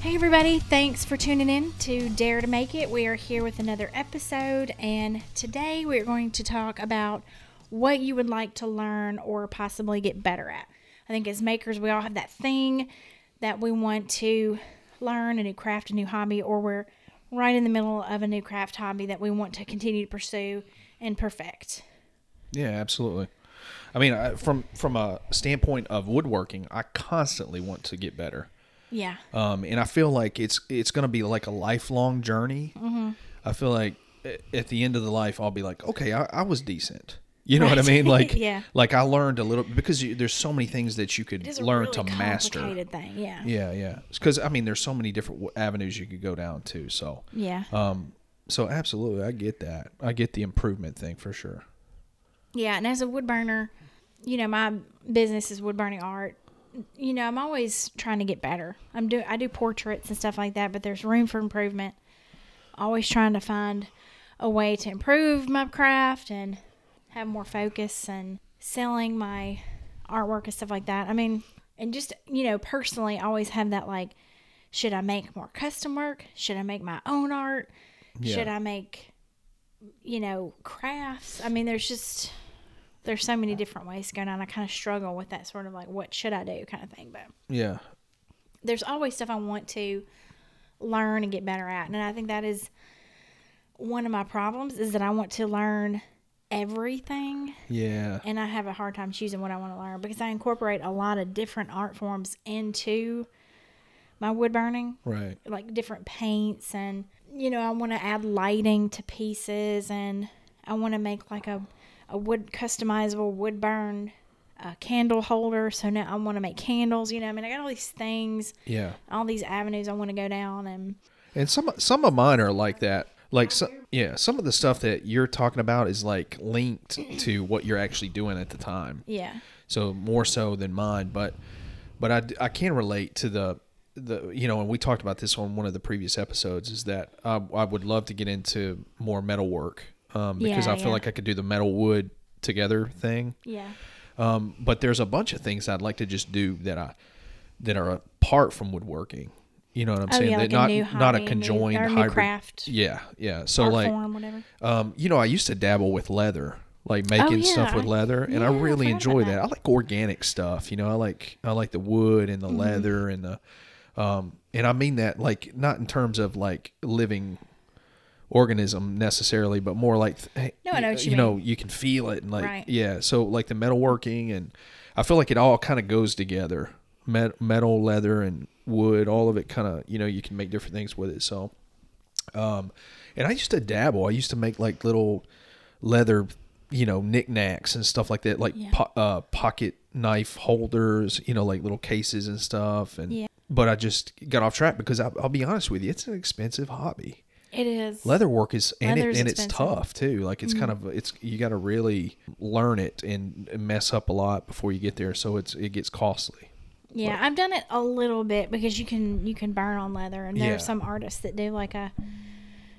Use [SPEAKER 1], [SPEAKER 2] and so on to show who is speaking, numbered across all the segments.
[SPEAKER 1] Hey, everybody, thanks for tuning in to Dare to Make It. We are here with another episode, and today we are going to talk about what you would like to learn or possibly get better at. I think as makers, we all have that thing that we want to learn a new craft, a new hobby, or we're right in the middle of a new craft hobby that we want to continue to pursue and perfect.
[SPEAKER 2] Yeah, absolutely. I mean, I, from from a standpoint of woodworking, I constantly want to get better,
[SPEAKER 1] Yeah.
[SPEAKER 2] um, and I feel like it's it's going to be like a lifelong journey.
[SPEAKER 1] Mm-hmm.
[SPEAKER 2] I feel like a- at the end of the life, I'll be like, okay, I, I was decent. You know what I
[SPEAKER 1] Right.
[SPEAKER 2] mean? Like,
[SPEAKER 1] Yeah.
[SPEAKER 2] like I learned a little because you, there's so many things that you could
[SPEAKER 1] It's a
[SPEAKER 2] learn
[SPEAKER 1] really
[SPEAKER 2] to master.
[SPEAKER 1] complicated thing. Yeah.
[SPEAKER 2] Yeah, yeah. Because I mean, there's so many different w- avenues you could go down too. So,
[SPEAKER 1] Yeah.
[SPEAKER 2] um, so absolutely, I get that. I get the improvement thing for sure.
[SPEAKER 1] Yeah, and as a wood burner, you know, my business is wood burning art. You know, I'm always trying to get better. I'm do I do portraits and stuff like that, but there's room for improvement. Always trying to find a way to improve my craft and have more focus and selling my artwork and stuff like that. I mean, and just, you know, personally I always have that like should I make more custom work? Should I make my own art?
[SPEAKER 2] Yeah.
[SPEAKER 1] Should I make you know, crafts? I mean, there's just there's so many different ways going on. I kind of struggle with that sort of like, what should I do kind of thing. But
[SPEAKER 2] Yeah,
[SPEAKER 1] there's always stuff I want to learn and get better at. And I think that is one of my problems is that I want to learn everything
[SPEAKER 2] yeah.
[SPEAKER 1] and I have a hard time choosing what I want to learn because I incorporate a lot of different art forms into my wood burning
[SPEAKER 2] Right.
[SPEAKER 1] like different paints and you know i want to add lighting to pieces and i want to make like a, a wood customizable wood burn uh, candle holder so now i want to make candles you know i mean i got all these things
[SPEAKER 2] Yeah.
[SPEAKER 1] all these avenues i want to go down and
[SPEAKER 2] And some some of mine are like that. Like so, yeah, some of the stuff that you're talking about is like linked to what you're actually doing at the time.
[SPEAKER 1] yeah
[SPEAKER 2] So more so than mine, but but I, d- I can relate to the the you know, and we talked about this on one of the previous episodes is that I, I would love to get into more metal work um, because
[SPEAKER 1] Yeah,
[SPEAKER 2] I feel
[SPEAKER 1] yeah.
[SPEAKER 2] like I could do the metal wood together thing.
[SPEAKER 1] yeah
[SPEAKER 2] Um, but there's a bunch of things I'd like to just do that I that are apart from woodworking. You know what I'm
[SPEAKER 1] oh
[SPEAKER 2] saying?
[SPEAKER 1] yeah
[SPEAKER 2] that
[SPEAKER 1] like
[SPEAKER 2] not
[SPEAKER 1] a new
[SPEAKER 2] not
[SPEAKER 1] hobby
[SPEAKER 2] a
[SPEAKER 1] new-
[SPEAKER 2] conjoined
[SPEAKER 1] or a new
[SPEAKER 2] hybrid.
[SPEAKER 1] craft
[SPEAKER 2] Yeah, yeah. So
[SPEAKER 1] art
[SPEAKER 2] like,
[SPEAKER 1] form whatever
[SPEAKER 2] um, you know, I used to dabble with leather, like making
[SPEAKER 1] Oh,
[SPEAKER 2] stuff
[SPEAKER 1] yeah.
[SPEAKER 2] with leather, and I
[SPEAKER 1] Yeah, I
[SPEAKER 2] really
[SPEAKER 1] forgot
[SPEAKER 2] enjoy
[SPEAKER 1] about
[SPEAKER 2] that.
[SPEAKER 1] that.
[SPEAKER 2] I like organic stuff. You know, I like I like the wood and the
[SPEAKER 1] Mm-hmm.
[SPEAKER 2] leather and the, um, and I mean that like not in terms of like living organism necessarily, but more like th- hey,
[SPEAKER 1] No, I know what you
[SPEAKER 2] know you can feel it and like
[SPEAKER 1] Right.
[SPEAKER 2] yeah. So like the metalworking and I feel like it all kind of goes together. Met, metal, leather, and wood, all of it kind of you know you can make different things with it. So um, and I used to dabble. I used to make like little leather, you know, knickknacks and stuff like that, like
[SPEAKER 1] Yeah.
[SPEAKER 2] po- uh, pocket knife holders, you know, like little cases and stuff. And
[SPEAKER 1] Yeah.
[SPEAKER 2] but I just got off track because I, I'll be honest with you, it's an expensive hobby.
[SPEAKER 1] it is
[SPEAKER 2] Leather work is and,
[SPEAKER 1] Leather
[SPEAKER 2] it,
[SPEAKER 1] is
[SPEAKER 2] and it's
[SPEAKER 1] expensive. Mm-hmm.
[SPEAKER 2] tough too. Like it's kind of it's you got to really learn it and mess up a lot before you get there. So it's it gets costly.
[SPEAKER 1] Yeah, I've done it a little bit because you can you can burn on leather, and there
[SPEAKER 2] Yeah.
[SPEAKER 1] are some artists that do like a,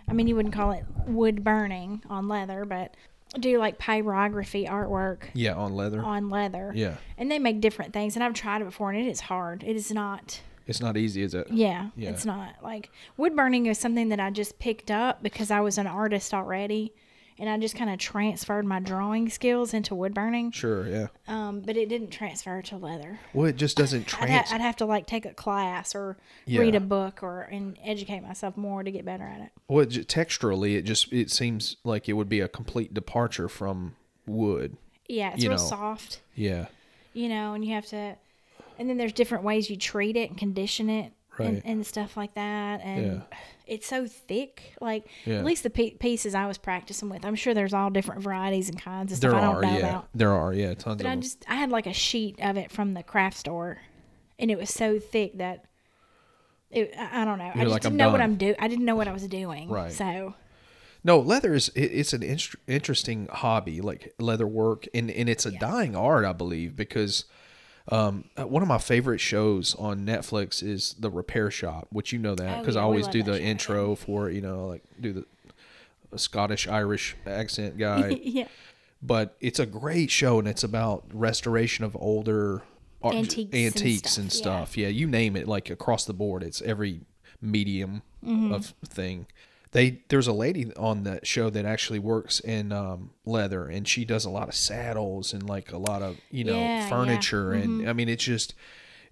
[SPEAKER 1] I mean, you wouldn't call it wood burning on leather, but do like pyrography artwork
[SPEAKER 2] Yeah, on leather.
[SPEAKER 1] on leather.
[SPEAKER 2] yeah,
[SPEAKER 1] and they make different things, and I've tried it before, and it is hard. It is not.
[SPEAKER 2] it's not easy, is it?
[SPEAKER 1] Yeah,
[SPEAKER 2] Yeah.
[SPEAKER 1] it's not like wood burning is something that I just picked up because I was an artist already, and I just kind of transferred my drawing skills into wood burning.
[SPEAKER 2] Sure. Yeah.
[SPEAKER 1] Um, but it didn't transfer to leather.
[SPEAKER 2] Well, it just doesn't
[SPEAKER 1] I'd,
[SPEAKER 2] trans.
[SPEAKER 1] ha- I'd have to like take a class or read
[SPEAKER 2] Yeah.
[SPEAKER 1] a book or and educate myself more to get better at it.
[SPEAKER 2] Well, it ju- texturally, it just it seems like it would be a complete departure from wood.
[SPEAKER 1] Yeah, it's
[SPEAKER 2] You
[SPEAKER 1] real
[SPEAKER 2] know.
[SPEAKER 1] soft,
[SPEAKER 2] Yeah,
[SPEAKER 1] you know, and you have to. And then there's different ways you treat it and condition it and,
[SPEAKER 2] Right.
[SPEAKER 1] and stuff like that. And it's so thick. Like
[SPEAKER 2] Yeah.
[SPEAKER 1] at least the pe- pieces I was practicing with, I'm sure there's all different varieties and kinds of stuff
[SPEAKER 2] there
[SPEAKER 1] I don't
[SPEAKER 2] are.
[SPEAKER 1] know
[SPEAKER 2] Yeah,
[SPEAKER 1] about.
[SPEAKER 2] there are. Yeah, tons of
[SPEAKER 1] But I
[SPEAKER 2] them.
[SPEAKER 1] just I had like a sheet of it from the craft store, and it was so thick that it, I I don't know. I
[SPEAKER 2] You're
[SPEAKER 1] just
[SPEAKER 2] like,
[SPEAKER 1] didn't
[SPEAKER 2] "I'm
[SPEAKER 1] know what
[SPEAKER 2] done."
[SPEAKER 1] I'm do. I didn't know what I was doing.
[SPEAKER 2] Right.
[SPEAKER 1] So
[SPEAKER 2] no, leather is it, it's an inst- interesting hobby, like leather work, and and it's a dying art, I believe, because um, uh, one of my favorite shows on Netflix is The Repair Shop, which you know that
[SPEAKER 1] Oh,
[SPEAKER 2] because
[SPEAKER 1] yeah,
[SPEAKER 2] I
[SPEAKER 1] we
[SPEAKER 2] always
[SPEAKER 1] love
[SPEAKER 2] do
[SPEAKER 1] that
[SPEAKER 2] the
[SPEAKER 1] show, yeah.
[SPEAKER 2] intro for it, you know, like do the Scottish Irish accent guy.
[SPEAKER 1] yeah.
[SPEAKER 2] but it's a great show and it's about restoration of older art-
[SPEAKER 1] Antiques and
[SPEAKER 2] antiques
[SPEAKER 1] stuff,
[SPEAKER 2] and
[SPEAKER 1] yeah.
[SPEAKER 2] stuff. Yeah. you name it, like across the board, it's every medium
[SPEAKER 1] Mm-hmm.
[SPEAKER 2] of thing. They there's a lady on the show that actually works in um, leather, and she does a lot of saddles and like a lot of you know
[SPEAKER 1] Yeah, Mm-hmm. yeah.
[SPEAKER 2] furniture, and I mean it's just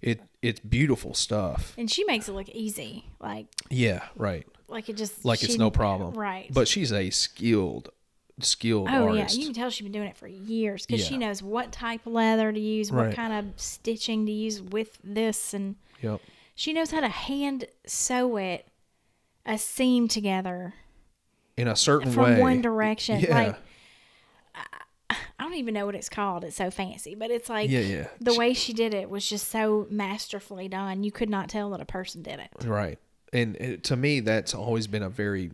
[SPEAKER 2] it it's beautiful stuff.
[SPEAKER 1] And she makes it look easy, like
[SPEAKER 2] Yeah, right.
[SPEAKER 1] like it just
[SPEAKER 2] Like it's
[SPEAKER 1] she-
[SPEAKER 2] no problem,
[SPEAKER 1] right?
[SPEAKER 2] But she's a skilled skilled
[SPEAKER 1] oh
[SPEAKER 2] artist.
[SPEAKER 1] yeah, you can tell she's been doing it for years because she
[SPEAKER 2] Yeah.
[SPEAKER 1] knows what type of leather to use, what
[SPEAKER 2] Right.
[SPEAKER 1] kind of stitching to use with this, and
[SPEAKER 2] Yep.
[SPEAKER 1] she knows how to hand sew it a seam together
[SPEAKER 2] In a certain
[SPEAKER 1] from
[SPEAKER 2] way.
[SPEAKER 1] one direction.
[SPEAKER 2] Yeah.
[SPEAKER 1] Like I don't even know what it's called. It's so fancy, but it's like
[SPEAKER 2] Yeah, yeah.
[SPEAKER 1] the way she did it was just so masterfully done. You could not tell that a person did it.
[SPEAKER 2] Right. And it, to me, that's always been a very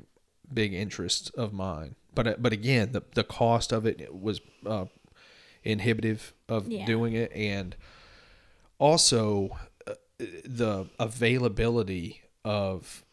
[SPEAKER 2] big interest of mine. But but again, the the cost of it was uh, inhibitive of
[SPEAKER 1] Yeah.
[SPEAKER 2] doing it, and also uh, the availability of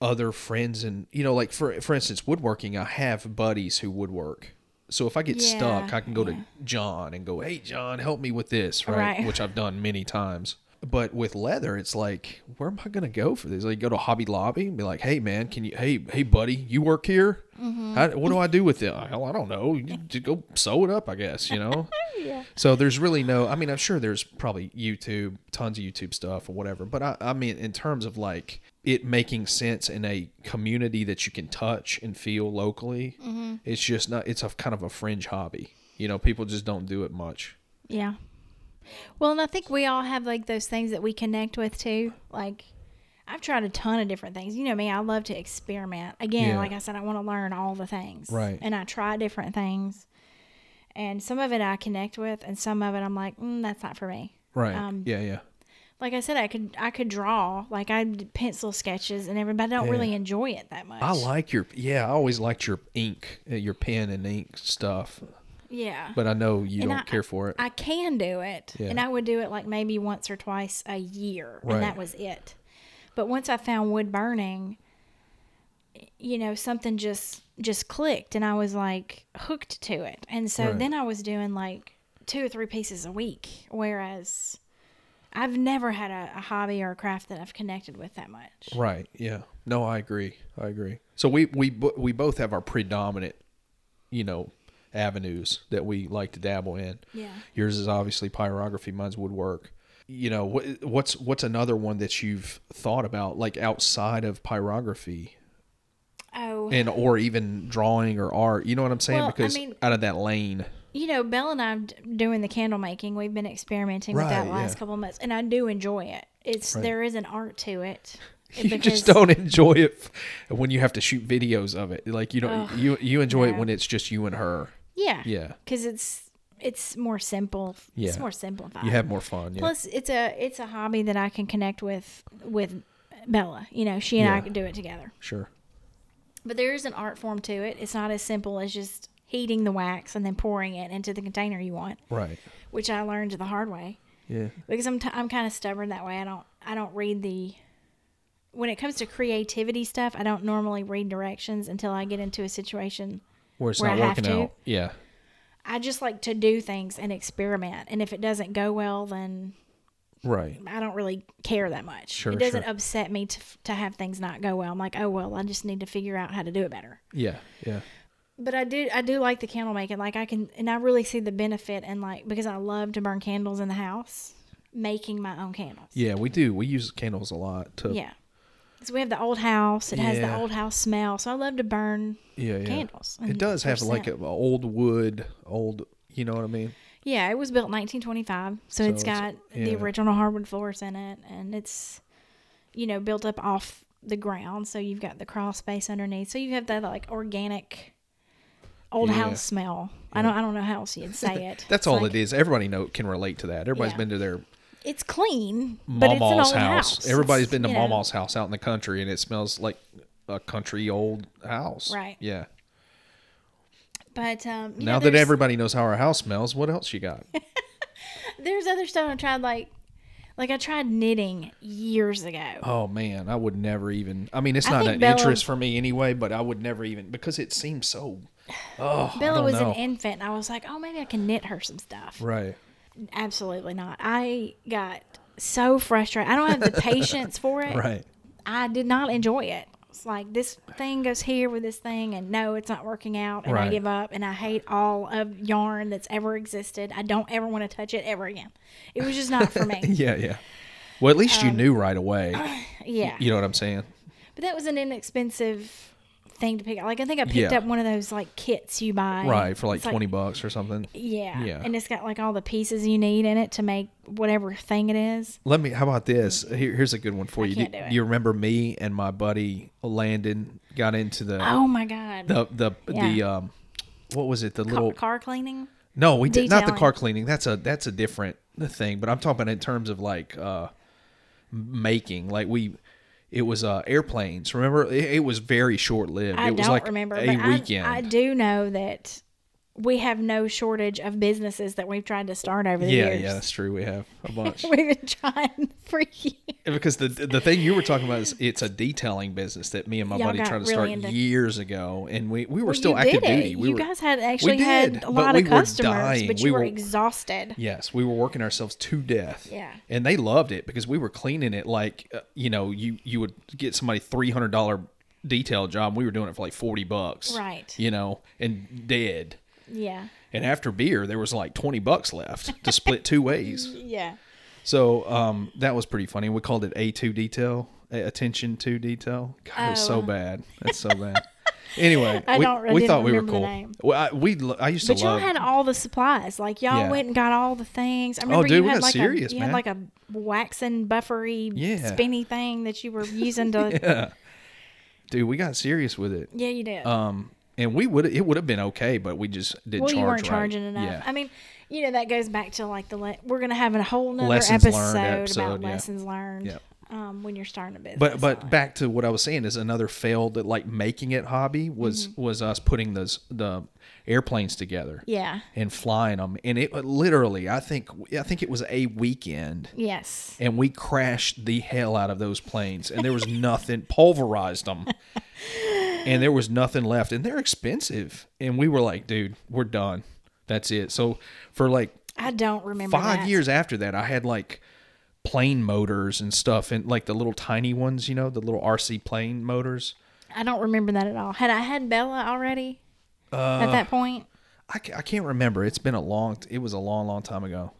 [SPEAKER 2] other friends and you know like for for instance woodworking i have buddies who woodwork so if i get
[SPEAKER 1] Yeah,
[SPEAKER 2] stuck i can go to john and go hey john help me with this right,
[SPEAKER 1] Right.
[SPEAKER 2] which i've done many times but with leather it's like where am i going to go for this like go to hobby lobby and be like hey man can you hey hey buddy you work here How, what do i do with it hell i don't know you just go sew it up i guess you know
[SPEAKER 1] Yeah.
[SPEAKER 2] so there's really no. I mean, I'm sure there's probably YouTube, tons of YouTube stuff or whatever. But I, I mean, in terms of like it making sense in a community that you can touch and feel locally,
[SPEAKER 1] Mm-hmm.
[SPEAKER 2] it's just not. It's a kind of a fringe hobby. You know, people just don't do it much.
[SPEAKER 1] Yeah. Well, and I think we all have like those things that we connect with too. Like, I've tried a ton of different things. You know me, I love to experiment. Again,
[SPEAKER 2] Yeah.
[SPEAKER 1] like I said, I want to learn all the things.
[SPEAKER 2] Right.
[SPEAKER 1] And I try different things. And some of it I connect with, and some of it I'm like, mm, that's not for me.
[SPEAKER 2] Right.
[SPEAKER 1] Um,
[SPEAKER 2] yeah. Yeah.
[SPEAKER 1] Like I said, I could I could draw, like I did pencil sketches and everybody don't really enjoy it that much.
[SPEAKER 2] I like your. Yeah. I always liked your ink, uh, your pen and ink stuff.
[SPEAKER 1] yeah.
[SPEAKER 2] But I know you
[SPEAKER 1] And
[SPEAKER 2] don't
[SPEAKER 1] I-
[SPEAKER 2] care for it.
[SPEAKER 1] I can do it.
[SPEAKER 2] Yeah.
[SPEAKER 1] And I would do it like maybe once or twice a year.
[SPEAKER 2] Right.
[SPEAKER 1] And that was it. But once I found wood burning, you know, something just just clicked and I was like hooked to it. And so
[SPEAKER 2] Right.
[SPEAKER 1] then I was doing like two or three pieces a week. Whereas I've never had a, a hobby or a craft that I've connected with that much.
[SPEAKER 2] Right. Yeah. No, I agree. I agree. So we we bo- we both have our predominant, you know, avenues that we like to dabble in.
[SPEAKER 1] Yeah.
[SPEAKER 2] Yours is obviously pyrography. Mine's woodwork. You know, what, what's what's another one that you've thought about, like outside of pyrography
[SPEAKER 1] Oh,
[SPEAKER 2] and or even drawing or art? You know what I'm saying?
[SPEAKER 1] Well, I
[SPEAKER 2] because
[SPEAKER 1] mean-
[SPEAKER 2] out of that lane,
[SPEAKER 1] you know, Belle and I'm d- doing the candle making. We've been experimenting with that
[SPEAKER 2] Right,
[SPEAKER 1] last
[SPEAKER 2] yeah.
[SPEAKER 1] couple of months, and I do enjoy it. It's
[SPEAKER 2] Right.
[SPEAKER 1] there is an art to it.
[SPEAKER 2] you
[SPEAKER 1] because-
[SPEAKER 2] just don't enjoy it f- when you have to shoot videos of it. Like you don't you you enjoy it
[SPEAKER 1] no.
[SPEAKER 2] when it's just you and her.
[SPEAKER 1] Yeah.
[SPEAKER 2] Yeah.
[SPEAKER 1] Because it's it's more simple.
[SPEAKER 2] Yeah.
[SPEAKER 1] It's more simplified.
[SPEAKER 2] You have more fun. Yeah.
[SPEAKER 1] Uh, Plus, it's a it's a hobby that I can connect with with Bella. You know, she and I
[SPEAKER 2] Yeah.
[SPEAKER 1] can do it together.
[SPEAKER 2] sure.
[SPEAKER 1] But there is an art form to it. It's not as simple as just heating the wax and then pouring it into the container you want,
[SPEAKER 2] Right.
[SPEAKER 1] which I learned the hard way.
[SPEAKER 2] Yeah.
[SPEAKER 1] because I'm, t- I'm kind of stubborn that way. I don't I don't read the when it comes to creativity stuff. I don't normally read directions until I get into a situation.
[SPEAKER 2] where it's
[SPEAKER 1] where
[SPEAKER 2] not
[SPEAKER 1] I have
[SPEAKER 2] working
[SPEAKER 1] to.
[SPEAKER 2] out. Yeah.
[SPEAKER 1] I just like to do things and experiment, and if it doesn't go well, then
[SPEAKER 2] Right.
[SPEAKER 1] I don't really care that much.
[SPEAKER 2] Sure,
[SPEAKER 1] it doesn't
[SPEAKER 2] sure.
[SPEAKER 1] upset me to f- to have things not go well. I'm like, oh well, I just need to figure out how to do it better.
[SPEAKER 2] Yeah. Yeah.
[SPEAKER 1] But I do I do like the candle making. Like I can and I really see the benefit and like because I love to burn candles in the house, making my own candles.
[SPEAKER 2] Yeah. We do. We use candles a lot to.
[SPEAKER 1] Yeah. Because we have the old house. It has
[SPEAKER 2] Yeah.
[SPEAKER 1] the old house smell. So I love to burn.
[SPEAKER 2] Yeah. yeah.
[SPEAKER 1] Candles
[SPEAKER 2] It
[SPEAKER 1] and
[SPEAKER 2] does have like a,
[SPEAKER 1] percent.
[SPEAKER 2] a old wood, old. You know what I mean?
[SPEAKER 1] Yeah, it was built in 1925. So,
[SPEAKER 2] So
[SPEAKER 1] it's
[SPEAKER 2] it's-
[SPEAKER 1] got
[SPEAKER 2] yeah.
[SPEAKER 1] the original hardwood floors in it. And it's, you know, built up off the ground. So you've got the crawl space underneath. So you have that like organic old
[SPEAKER 2] Yeah.
[SPEAKER 1] house smell. I don't I don't know how else you'd say it.
[SPEAKER 2] That's all it is. Everybody know can relate to that. Everybody's
[SPEAKER 1] Yeah.
[SPEAKER 2] been to their
[SPEAKER 1] It's clean, but it's an
[SPEAKER 2] mama's
[SPEAKER 1] old
[SPEAKER 2] house.
[SPEAKER 1] house.
[SPEAKER 2] Everybody's
[SPEAKER 1] It's,
[SPEAKER 2] been to
[SPEAKER 1] you know,
[SPEAKER 2] mama's house out in the country, and it smells like a country old house.
[SPEAKER 1] Right.
[SPEAKER 2] Yeah.
[SPEAKER 1] But um, you
[SPEAKER 2] now
[SPEAKER 1] know,
[SPEAKER 2] that
[SPEAKER 1] there's-
[SPEAKER 2] everybody knows how our house smells, what else you got?
[SPEAKER 1] there's other stuff I've tried like like I tried knitting years ago.
[SPEAKER 2] Oh man, I would never even. I mean, it's
[SPEAKER 1] I
[SPEAKER 2] not
[SPEAKER 1] think
[SPEAKER 2] an
[SPEAKER 1] Bella-
[SPEAKER 2] interest for me anyway, but I would never even because it seems so. Oh, I
[SPEAKER 1] Bella
[SPEAKER 2] don't
[SPEAKER 1] was
[SPEAKER 2] know.
[SPEAKER 1] an infant, and I was like, oh, maybe I can knit her some stuff.
[SPEAKER 2] Right.
[SPEAKER 1] Absolutely not. I got so frustrated. I don't have the patience for it.
[SPEAKER 2] Right.
[SPEAKER 1] I did not enjoy it. It's like this thing goes here with this thing, and no, it's not working out, and I
[SPEAKER 2] Right.
[SPEAKER 1] give up, and I hate all of yarn that's ever existed. I don't ever want to touch it ever again. It was just not for me.
[SPEAKER 2] Yeah, yeah. Well, at least you
[SPEAKER 1] Um,
[SPEAKER 2] knew right away.
[SPEAKER 1] yeah,
[SPEAKER 2] You know what I'm saying?
[SPEAKER 1] but that was an inexpensive thing to pick up. Like I think I picked
[SPEAKER 2] Yeah.
[SPEAKER 1] up one of those like kits you buy,
[SPEAKER 2] Right, for like
[SPEAKER 1] It's
[SPEAKER 2] 20 bucks or something.
[SPEAKER 1] Yeah.
[SPEAKER 2] Yeah.
[SPEAKER 1] And it's got like all the pieces you need in it to make whatever thing it is.
[SPEAKER 2] Let me. How about this? Here, here's a good one for you.
[SPEAKER 1] can't
[SPEAKER 2] do,
[SPEAKER 1] do it.
[SPEAKER 2] do you remember me and my buddy Landon got into the
[SPEAKER 1] Oh my God.
[SPEAKER 2] the the the
[SPEAKER 1] Yeah.
[SPEAKER 2] um what was it? The
[SPEAKER 1] car,
[SPEAKER 2] little
[SPEAKER 1] car cleaning?
[SPEAKER 2] no, we did not the
[SPEAKER 1] detailing.
[SPEAKER 2] car cleaning. That's a that's a different thing. But I'm talking in terms of like uh making like we. It was uh, airplanes. Remember, it, it was very short lived.
[SPEAKER 1] I
[SPEAKER 2] It was
[SPEAKER 1] don't
[SPEAKER 2] like
[SPEAKER 1] remember.
[SPEAKER 2] a
[SPEAKER 1] but I-
[SPEAKER 2] weekend.
[SPEAKER 1] I, do know that we have no shortage of businesses that we've tried to start over the
[SPEAKER 2] yeah,
[SPEAKER 1] years.
[SPEAKER 2] yeah, that's true. We have a bunch.
[SPEAKER 1] We've been trying for years.
[SPEAKER 2] because the the thing you were talking about is it's a detailing business that me and my
[SPEAKER 1] Y'all
[SPEAKER 2] buddy
[SPEAKER 1] got
[SPEAKER 2] tried to
[SPEAKER 1] really
[SPEAKER 2] start
[SPEAKER 1] into-
[SPEAKER 2] years ago, and we, we were
[SPEAKER 1] Well,
[SPEAKER 2] still
[SPEAKER 1] you
[SPEAKER 2] active
[SPEAKER 1] did it.
[SPEAKER 2] duty. We
[SPEAKER 1] you
[SPEAKER 2] were,
[SPEAKER 1] guys had actually
[SPEAKER 2] did,
[SPEAKER 1] had a
[SPEAKER 2] but
[SPEAKER 1] lot
[SPEAKER 2] we
[SPEAKER 1] of
[SPEAKER 2] were
[SPEAKER 1] customers,
[SPEAKER 2] dying.
[SPEAKER 1] but you
[SPEAKER 2] We
[SPEAKER 1] were,
[SPEAKER 2] were-
[SPEAKER 1] exhausted.
[SPEAKER 2] yes, we were working ourselves to death.
[SPEAKER 1] Yeah.
[SPEAKER 2] and they loved it because we were cleaning it like uh, you know you you would get somebody three hundred dollar detail job. We were doing it for like forty bucks,
[SPEAKER 1] Right.
[SPEAKER 2] You know, and dead.
[SPEAKER 1] Yeah.
[SPEAKER 2] And after beer, there was like twenty bucks left to split two ways.
[SPEAKER 1] Yeah.
[SPEAKER 2] So um, that was pretty funny. We called it A2 detail, a- attention to detail. God, it was so
[SPEAKER 1] Oh.
[SPEAKER 2] bad. That's so bad. anyway,
[SPEAKER 1] I
[SPEAKER 2] we,
[SPEAKER 1] don't- I
[SPEAKER 2] we
[SPEAKER 1] didn't
[SPEAKER 2] thought we were
[SPEAKER 1] remember the
[SPEAKER 2] cool.
[SPEAKER 1] name.
[SPEAKER 2] Well, I, we lo- I used
[SPEAKER 1] But
[SPEAKER 2] to
[SPEAKER 1] y'all
[SPEAKER 2] love.
[SPEAKER 1] had all the supplies. Like y'all
[SPEAKER 2] Yeah. Oh,
[SPEAKER 1] went and got all the things. I remember
[SPEAKER 2] dude,
[SPEAKER 1] you
[SPEAKER 2] we
[SPEAKER 1] had
[SPEAKER 2] got
[SPEAKER 1] like
[SPEAKER 2] serious,
[SPEAKER 1] a you
[SPEAKER 2] man.
[SPEAKER 1] had like a waxen buffery
[SPEAKER 2] Yeah.
[SPEAKER 1] spinny thing that you were using to yeah.
[SPEAKER 2] dude, we got serious with it.
[SPEAKER 1] you did.
[SPEAKER 2] Um, and we would it would have been okay, but we just didn't
[SPEAKER 1] well,
[SPEAKER 2] charge
[SPEAKER 1] you weren't
[SPEAKER 2] right.
[SPEAKER 1] charging enough.
[SPEAKER 2] Yeah.
[SPEAKER 1] I mean, you know that goes back to like the le- we're gonna have a whole nother
[SPEAKER 2] Lessons learned
[SPEAKER 1] episode,
[SPEAKER 2] episode,
[SPEAKER 1] about
[SPEAKER 2] yeah.
[SPEAKER 1] lessons learned.
[SPEAKER 2] Yep.
[SPEAKER 1] Um, when you're starting a business,
[SPEAKER 2] but but
[SPEAKER 1] like-
[SPEAKER 2] back to what I was saying is another failed at like making it hobby was
[SPEAKER 1] Mm-hmm.
[SPEAKER 2] was us putting those the airplanes together.
[SPEAKER 1] yeah,
[SPEAKER 2] And flying them, and it literally, I think, I think it was a weekend.
[SPEAKER 1] yes,
[SPEAKER 2] and we crashed the hell out of those planes and there was nothing pulverized them and there was nothing left and they're expensive and we were like dude we're done that's it so for like
[SPEAKER 1] I don't remember
[SPEAKER 2] five
[SPEAKER 1] that.
[SPEAKER 2] years after that i had like plane motors and stuff and like the little tiny ones you know the little rc plane motors
[SPEAKER 1] I don't remember that at all. Had I had Bella already
[SPEAKER 2] Uh,
[SPEAKER 1] at that point?
[SPEAKER 2] I, ca- I can't remember. It's been a long. It was a long, long time ago.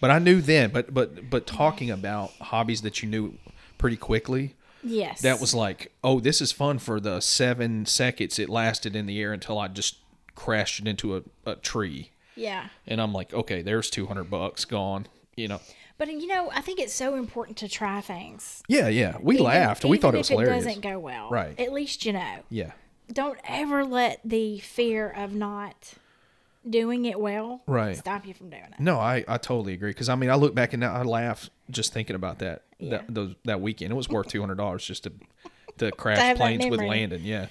[SPEAKER 2] But I knew then. But but but talking about hobbies that you knew pretty quickly.
[SPEAKER 1] Yes,
[SPEAKER 2] That was like, oh, this is fun for the seven seconds it lasted in the air until I just crashed it into a, a tree,
[SPEAKER 1] yeah.
[SPEAKER 2] and I'm like, okay, there's two hundred bucks gone. You know.
[SPEAKER 1] But you know, I think it's so important to try things.
[SPEAKER 2] Yeah, yeah. We
[SPEAKER 1] Even-
[SPEAKER 2] laughed. We
[SPEAKER 1] even
[SPEAKER 2] thought
[SPEAKER 1] if
[SPEAKER 2] it was hilarious.
[SPEAKER 1] It doesn't go well,
[SPEAKER 2] Right.
[SPEAKER 1] At least you know.
[SPEAKER 2] yeah.
[SPEAKER 1] Don't ever let the fear of not doing it well
[SPEAKER 2] Right.
[SPEAKER 1] stop you from doing it.
[SPEAKER 2] No, I, I totally agree. Because I mean, I look back and now I laugh just thinking about that that those, that weekend. It was worth two hundred dollars just to to crash
[SPEAKER 1] have that
[SPEAKER 2] planes with
[SPEAKER 1] memory.
[SPEAKER 2] Landon. Yeah,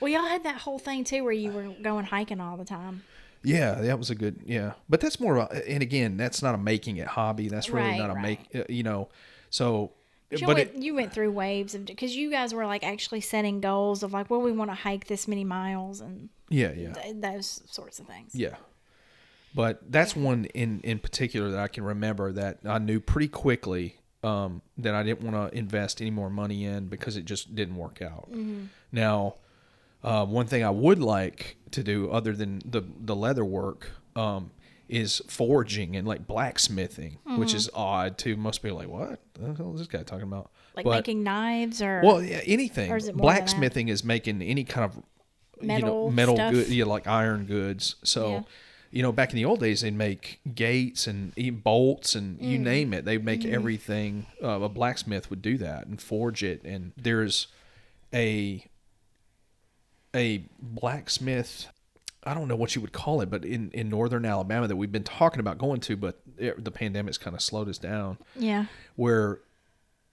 [SPEAKER 1] Well, y'all had that whole thing too, where you were going hiking all the time.
[SPEAKER 2] yeah, that was a good yeah. But that's more. of a- And again, that's not a making it hobby. That's really
[SPEAKER 1] Right,
[SPEAKER 2] not a
[SPEAKER 1] right.
[SPEAKER 2] make. uh, You know, so.
[SPEAKER 1] Y'all
[SPEAKER 2] But
[SPEAKER 1] went,
[SPEAKER 2] it,
[SPEAKER 1] you went through waves of because you guys were like actually setting goals of like, well, we want to hike this many miles and
[SPEAKER 2] yeah, yeah,
[SPEAKER 1] th- those sorts of things.
[SPEAKER 2] yeah. But that's one in in particular that I can remember that I knew pretty quickly um, that I didn't want to invest any more money in because it just didn't work out.
[SPEAKER 1] Mm-hmm.
[SPEAKER 2] Now. Uh, one thing I would like to do, other than the the leather work, um, is forging and like blacksmithing, which
[SPEAKER 1] Mm-hmm.
[SPEAKER 2] is odd too. Most people are like, what the hell is this guy talking about?
[SPEAKER 1] Like
[SPEAKER 2] But-
[SPEAKER 1] making knives or
[SPEAKER 2] well, yeah, anything.
[SPEAKER 1] is it more than that?
[SPEAKER 2] Blacksmithing is making any kind of you know
[SPEAKER 1] Metal
[SPEAKER 2] metal
[SPEAKER 1] stuff?
[SPEAKER 2] good, yeah, like iron goods. So.
[SPEAKER 1] Yeah.
[SPEAKER 2] You know, back in the old days, they'd make gates and e- bolts and you
[SPEAKER 1] Mm.
[SPEAKER 2] name it. They'd make
[SPEAKER 1] Mm-hmm.
[SPEAKER 2] everything. Uh, a blacksmith would do that and forge it. And there's a a blacksmith i don't know what you would call it but in, in northern alabama that we've been talking about going to but it, the pandemic's kind of slowed us down
[SPEAKER 1] yeah,
[SPEAKER 2] where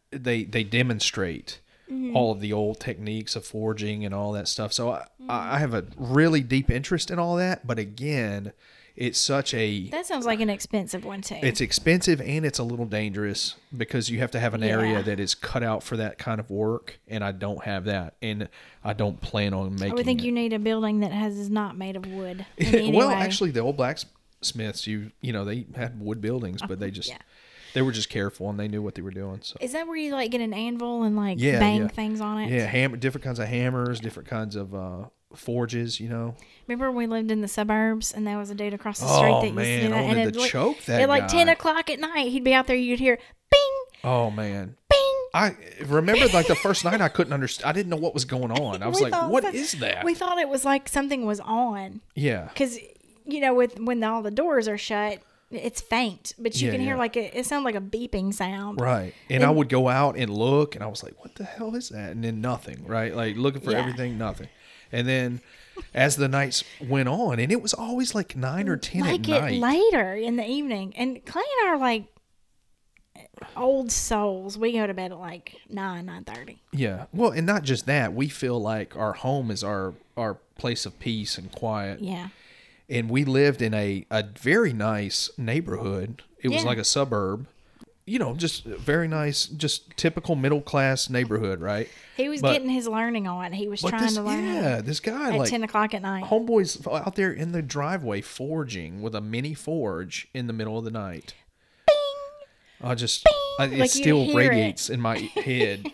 [SPEAKER 2] they they demonstrate
[SPEAKER 1] Mm-hmm.
[SPEAKER 2] all of the old techniques of forging and all that stuff so I,
[SPEAKER 1] Mm-hmm.
[SPEAKER 2] I I have a really deep interest in all that but again it's such a
[SPEAKER 1] that sounds like an expensive one too.
[SPEAKER 2] it's expensive and it's a little dangerous because you have to have an area
[SPEAKER 1] Yeah.
[SPEAKER 2] that is cut out for that kind of work and i don't have that and i don't plan on making
[SPEAKER 1] I would think
[SPEAKER 2] it.
[SPEAKER 1] you need a building that has is not made of wood. in any
[SPEAKER 2] well,
[SPEAKER 1] way.
[SPEAKER 2] actually, the old blacksmiths, you you know, they had wood buildings, but they just
[SPEAKER 1] yeah.
[SPEAKER 2] They were just careful and they knew what they were doing. So
[SPEAKER 1] Is that where you like get an anvil and like
[SPEAKER 2] Yeah,
[SPEAKER 1] bang
[SPEAKER 2] yeah.
[SPEAKER 1] things on it?
[SPEAKER 2] yeah, hammer, different kinds of hammers, different kinds of uh, forges. You know,
[SPEAKER 1] Remember when we lived in the suburbs and there was a dude across the street
[SPEAKER 2] Oh,
[SPEAKER 1] that used to do
[SPEAKER 2] man,
[SPEAKER 1] that?
[SPEAKER 2] I
[SPEAKER 1] and
[SPEAKER 2] wanted
[SPEAKER 1] it'd
[SPEAKER 2] to
[SPEAKER 1] like-
[SPEAKER 2] choke that
[SPEAKER 1] At like ten
[SPEAKER 2] guy.
[SPEAKER 1] o'clock at night, he'd be out there. You'd hear bing,
[SPEAKER 2] Oh man.
[SPEAKER 1] bing.
[SPEAKER 2] I remember like the first night I couldn't understand. I didn't know what was going on. I was
[SPEAKER 1] We
[SPEAKER 2] like,
[SPEAKER 1] thought
[SPEAKER 2] "What
[SPEAKER 1] some-
[SPEAKER 2] is that?"
[SPEAKER 1] We thought it was like something was on
[SPEAKER 2] yeah.
[SPEAKER 1] because you know with when all the doors are shut, it's faint, but you
[SPEAKER 2] Yeah,
[SPEAKER 1] can hear
[SPEAKER 2] yeah.
[SPEAKER 1] like a, it sounds like a beeping sound.
[SPEAKER 2] Right. And, I would go out and look and I was like, what the hell is that? And then nothing, right? Like looking for
[SPEAKER 1] Yeah.
[SPEAKER 2] everything, nothing. And then as the nights went on, and it was always like nine or 10
[SPEAKER 1] Like
[SPEAKER 2] at
[SPEAKER 1] it
[SPEAKER 2] night.
[SPEAKER 1] later in the evening, and Clay and I are like old souls. We go to bed at like nine nine thirty.
[SPEAKER 2] yeah. Well, and not just that, we feel like our home is our, our place of peace and quiet.
[SPEAKER 1] Yeah,
[SPEAKER 2] and we lived in a, a very nice neighborhood. It was
[SPEAKER 1] Yeah.
[SPEAKER 2] like a suburb, you know, just a very nice, just typical middle class neighborhood, right?
[SPEAKER 1] he was
[SPEAKER 2] But-
[SPEAKER 1] getting his learning on. He was
[SPEAKER 2] But
[SPEAKER 1] trying
[SPEAKER 2] this,
[SPEAKER 1] to learn.
[SPEAKER 2] yeah, this guy
[SPEAKER 1] at
[SPEAKER 2] like
[SPEAKER 1] 10 o'clock at night.
[SPEAKER 2] homeboys out there in the driveway forging with a mini forge in the middle of the night. I just I, it
[SPEAKER 1] Like, you
[SPEAKER 2] still
[SPEAKER 1] hear
[SPEAKER 2] radiates in my head.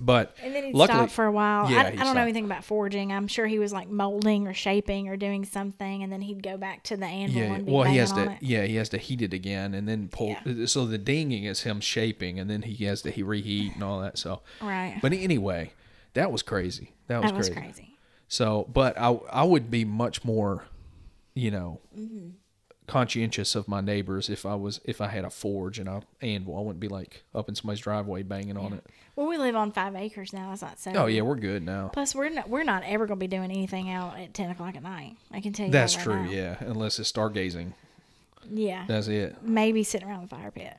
[SPEAKER 2] but
[SPEAKER 1] And then he'd
[SPEAKER 2] luckily,
[SPEAKER 1] stop for a while. I,
[SPEAKER 2] Yeah,
[SPEAKER 1] I
[SPEAKER 2] he
[SPEAKER 1] don't know
[SPEAKER 2] stopped.
[SPEAKER 1] anything about forging. I'm sure he was like molding or shaping or doing something, and then he'd go back to the anvil
[SPEAKER 2] Yeah,
[SPEAKER 1] and be
[SPEAKER 2] well, he
[SPEAKER 1] banging
[SPEAKER 2] has
[SPEAKER 1] on
[SPEAKER 2] to.
[SPEAKER 1] it.
[SPEAKER 2] Yeah, he has to heat it again, and then pull. So the dinging is him shaping, and then he has to he reheat and all that. So,
[SPEAKER 1] Right.
[SPEAKER 2] but anyway, that was crazy. That was,
[SPEAKER 1] that was
[SPEAKER 2] crazy.
[SPEAKER 1] crazy.
[SPEAKER 2] So, but I I would be much more, you know,
[SPEAKER 1] Mm-hmm.
[SPEAKER 2] conscientious of my neighbors if I was if I had a forge and I anvil. I wouldn't be like up in somebody's driveway banging on it.
[SPEAKER 1] Well, we live on five acres now. That's not so.
[SPEAKER 2] Oh yeah, we're good now.
[SPEAKER 1] Plus, we're not, we're not ever going to be doing anything out at 10 o'clock at night. I can tell you. that
[SPEAKER 2] That's
[SPEAKER 1] right
[SPEAKER 2] true.
[SPEAKER 1] now.
[SPEAKER 2] Yeah, unless it's stargazing.
[SPEAKER 1] Yeah.
[SPEAKER 2] That's it.
[SPEAKER 1] Maybe sitting around the fire pit.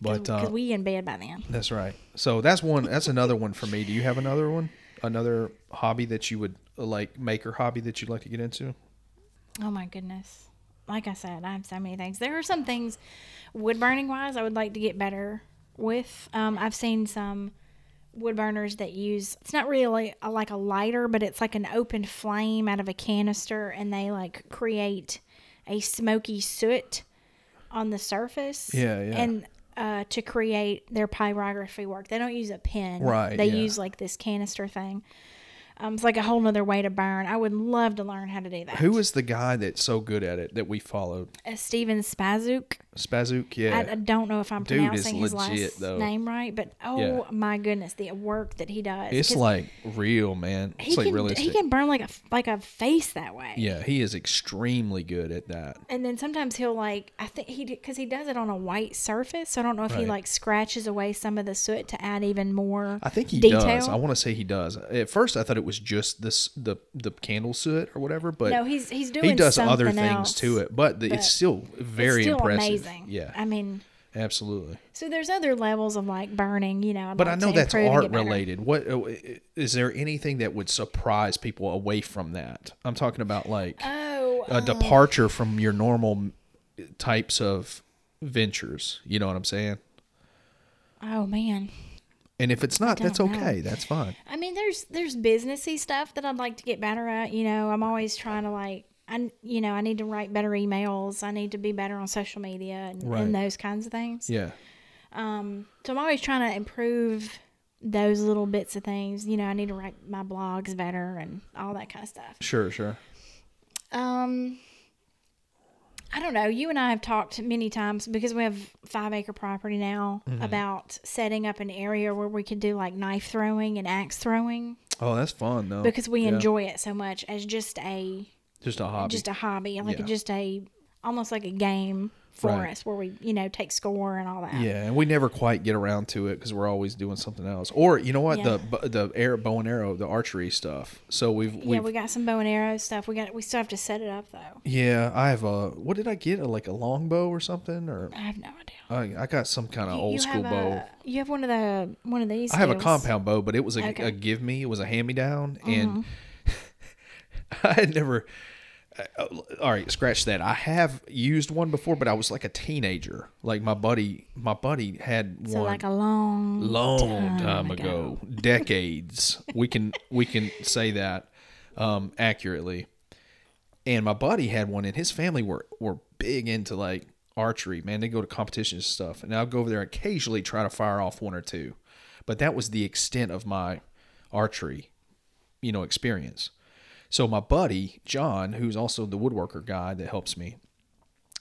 [SPEAKER 2] But
[SPEAKER 1] Because
[SPEAKER 2] uh,
[SPEAKER 1] we in bed by then.
[SPEAKER 2] That's right. So that's one. That's another one for me. Do you have another one? Another hobby that you would uh, like, maker hobby that you'd like to get into?
[SPEAKER 1] Oh my goodness. Like I said, I have so many things. There are some things wood burning wise I would like to get better with. Um, I've seen some wood burners that use it's not really a, like a lighter, but it's like an open flame out of a canister and they like create a smoky soot on the surface.
[SPEAKER 2] Yeah, yeah.
[SPEAKER 1] And uh, to create their pyrography work. They don't use a pen.
[SPEAKER 2] Right,
[SPEAKER 1] They
[SPEAKER 2] yeah.
[SPEAKER 1] use like this canister thing. Um, it's like a whole nother way to burn. I would love to learn how to do that.
[SPEAKER 2] Who is the guy that's so good at it that we followed?
[SPEAKER 1] Uh, Steven Spazuk.
[SPEAKER 2] Spazook.
[SPEAKER 1] I, I
[SPEAKER 2] Yeah.
[SPEAKER 1] don't know if I'm
[SPEAKER 2] Dude is
[SPEAKER 1] pronouncing his
[SPEAKER 2] legit,
[SPEAKER 1] last
[SPEAKER 2] though.
[SPEAKER 1] name right, but oh
[SPEAKER 2] Yeah.
[SPEAKER 1] my goodness, the work that he does.
[SPEAKER 2] It's
[SPEAKER 1] 'Cause
[SPEAKER 2] like real man. It's
[SPEAKER 1] he
[SPEAKER 2] like
[SPEAKER 1] can
[SPEAKER 2] realistic.
[SPEAKER 1] he can burn like a like a face that way.
[SPEAKER 2] yeah, he is extremely good at that.
[SPEAKER 1] And then sometimes he'll like I think he because he does it on a white surface, so I don't know if he
[SPEAKER 2] Right.
[SPEAKER 1] like scratches away some of the soot to add even more.
[SPEAKER 2] I think he
[SPEAKER 1] detail.
[SPEAKER 2] does. I want to say he does. At first, I thought it was just this the the candle soot or whatever, but
[SPEAKER 1] no, he's he's doing
[SPEAKER 2] he does other
[SPEAKER 1] something
[SPEAKER 2] things
[SPEAKER 1] else.
[SPEAKER 2] to it. But, the,
[SPEAKER 1] but
[SPEAKER 2] it's still very
[SPEAKER 1] it's still
[SPEAKER 2] impressive.
[SPEAKER 1] amazing.
[SPEAKER 2] Yeah,
[SPEAKER 1] I mean,
[SPEAKER 2] absolutely.
[SPEAKER 1] so there's other levels of like burning, you know. I'd
[SPEAKER 2] But I
[SPEAKER 1] like to
[SPEAKER 2] know that's
[SPEAKER 1] improve and
[SPEAKER 2] art
[SPEAKER 1] get better.
[SPEAKER 2] related. What uh, is there anything that would surprise people away from that? I'm talking about like
[SPEAKER 1] Oh,
[SPEAKER 2] a departure from your normal types of ventures. You know what I'm saying?
[SPEAKER 1] oh man.
[SPEAKER 2] And if it's not, that's
[SPEAKER 1] don't know.
[SPEAKER 2] okay. That's fine.
[SPEAKER 1] I mean, there's there's businessy stuff that I'd like to get better at. You know, I'm always trying to like, I you know, I need to write better emails. I need to be better on social media and,
[SPEAKER 2] Right.
[SPEAKER 1] and those kinds of things.
[SPEAKER 2] Yeah.
[SPEAKER 1] Um, so I'm always trying to improve those little bits of things. You know, I need to write my blogs better and all that kind of stuff.
[SPEAKER 2] Sure. Sure.
[SPEAKER 1] Um, I don't know. You and I have talked many times because we have five acre property now
[SPEAKER 2] Mm-hmm.
[SPEAKER 1] about setting up an area where we could do like knife throwing and axe throwing
[SPEAKER 2] Oh, that's fun though.
[SPEAKER 1] because we
[SPEAKER 2] Yeah.
[SPEAKER 1] enjoy it so much as just a
[SPEAKER 2] just a hobby.
[SPEAKER 1] just a hobby like
[SPEAKER 2] Yeah.
[SPEAKER 1] just a almost like a game for
[SPEAKER 2] Right.
[SPEAKER 1] us where we you know take score and all that
[SPEAKER 2] yeah, and we never quite get around to it because we're always doing something else. Or you know what,
[SPEAKER 1] Yeah.
[SPEAKER 2] the the air bow and arrow, the archery stuff. So we've
[SPEAKER 1] yeah
[SPEAKER 2] we've
[SPEAKER 1] we got some bow and arrow stuff we got we still have to set it up though
[SPEAKER 2] yeah. I have a what did I get? A, like a longbow or something or
[SPEAKER 1] i have no idea
[SPEAKER 2] I, I got some kind of
[SPEAKER 1] You-
[SPEAKER 2] old
[SPEAKER 1] you
[SPEAKER 2] school
[SPEAKER 1] have
[SPEAKER 2] bow.
[SPEAKER 1] a- you have one of the one of these
[SPEAKER 2] I have a
[SPEAKER 1] deals.
[SPEAKER 2] compound bow, but it was a,
[SPEAKER 1] Okay. Mm-hmm.
[SPEAKER 2] a give me. It was a hand me down, and I had never. uh, all right, scratch that. I have used one before, but I was like a teenager. Like my buddy, my buddy had
[SPEAKER 1] so
[SPEAKER 2] one
[SPEAKER 1] like a long
[SPEAKER 2] long time ago, decades. we can we can say that um, accurately. And my buddy had one, and his family were were big into like archery, man, they go to competitions and stuff, and I'll go over there and occasionally try to fire off one or two, but that was the extent of my archery, you know, experience. So my buddy John, who's also the woodworker guy that helps me,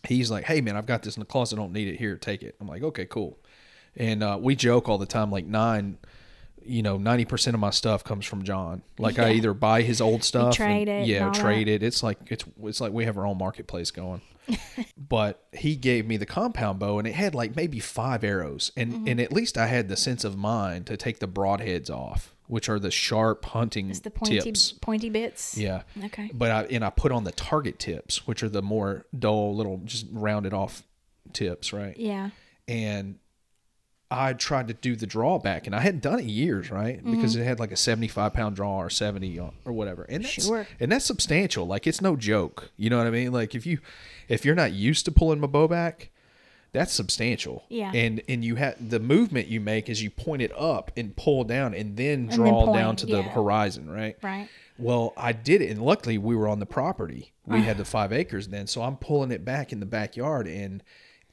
[SPEAKER 2] he's like, "Hey man, I've got this in the closet. I don't need it here. Take it." I'm like, "Okay, cool." And uh, we joke all the time, like nine, you know, ninety percent of my stuff comes from John. Like I
[SPEAKER 1] Yeah.
[SPEAKER 2] either buy his old stuff,
[SPEAKER 1] trade it
[SPEAKER 2] and,
[SPEAKER 1] and
[SPEAKER 2] yeah,
[SPEAKER 1] all
[SPEAKER 2] trade it. It's like it's it's like we have our own marketplace going. but he gave me the compound bow, and it had like maybe five arrows, and
[SPEAKER 1] Mm-hmm.
[SPEAKER 2] and at least I had the sense of mind to take the broadheads off, which are the sharp hunting
[SPEAKER 1] It's the pointy
[SPEAKER 2] tips.
[SPEAKER 1] pointy bits.
[SPEAKER 2] Yeah.
[SPEAKER 1] Okay.
[SPEAKER 2] But I and I put on the target tips, which are the more dull little just rounded off tips, right?
[SPEAKER 1] Yeah.
[SPEAKER 2] And I tried to do the drawback and I hadn't done it in years, right?
[SPEAKER 1] Mm-hmm.
[SPEAKER 2] Because it had like a 75 pound draw or 70 or or whatever. And that's,
[SPEAKER 1] Sure.
[SPEAKER 2] and that's substantial. Like it's no joke. You know what I mean? Like if you, if you're not used to pulling my bow back, that's substantial.
[SPEAKER 1] Yeah.
[SPEAKER 2] And, and you have the movement you make is you point it up and pull down and then
[SPEAKER 1] then
[SPEAKER 2] draw down
[SPEAKER 1] point,
[SPEAKER 2] to the
[SPEAKER 1] yeah.
[SPEAKER 2] horizon. Right.
[SPEAKER 1] Right.
[SPEAKER 2] Well, I did it, and luckily we were on the property. We had the five acres then, so I'm pulling it back in the backyard, and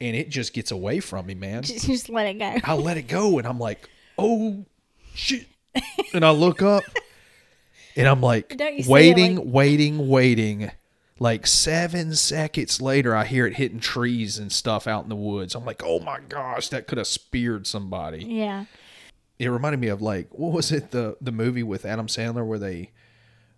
[SPEAKER 2] and it just gets away from me, man.
[SPEAKER 1] Just, just let it go.
[SPEAKER 2] I let it go, and I'm like, oh shit, and I look up, and I'm like
[SPEAKER 1] Don't you see it,
[SPEAKER 2] waiting,
[SPEAKER 1] like-
[SPEAKER 2] waiting, waiting. Like seven seconds later, I hear it hitting trees and stuff out in the woods. I'm like, oh my gosh, that could have speared somebody
[SPEAKER 1] Yeah.
[SPEAKER 2] it reminded me of like what was it the the movie with Adam Sandler where they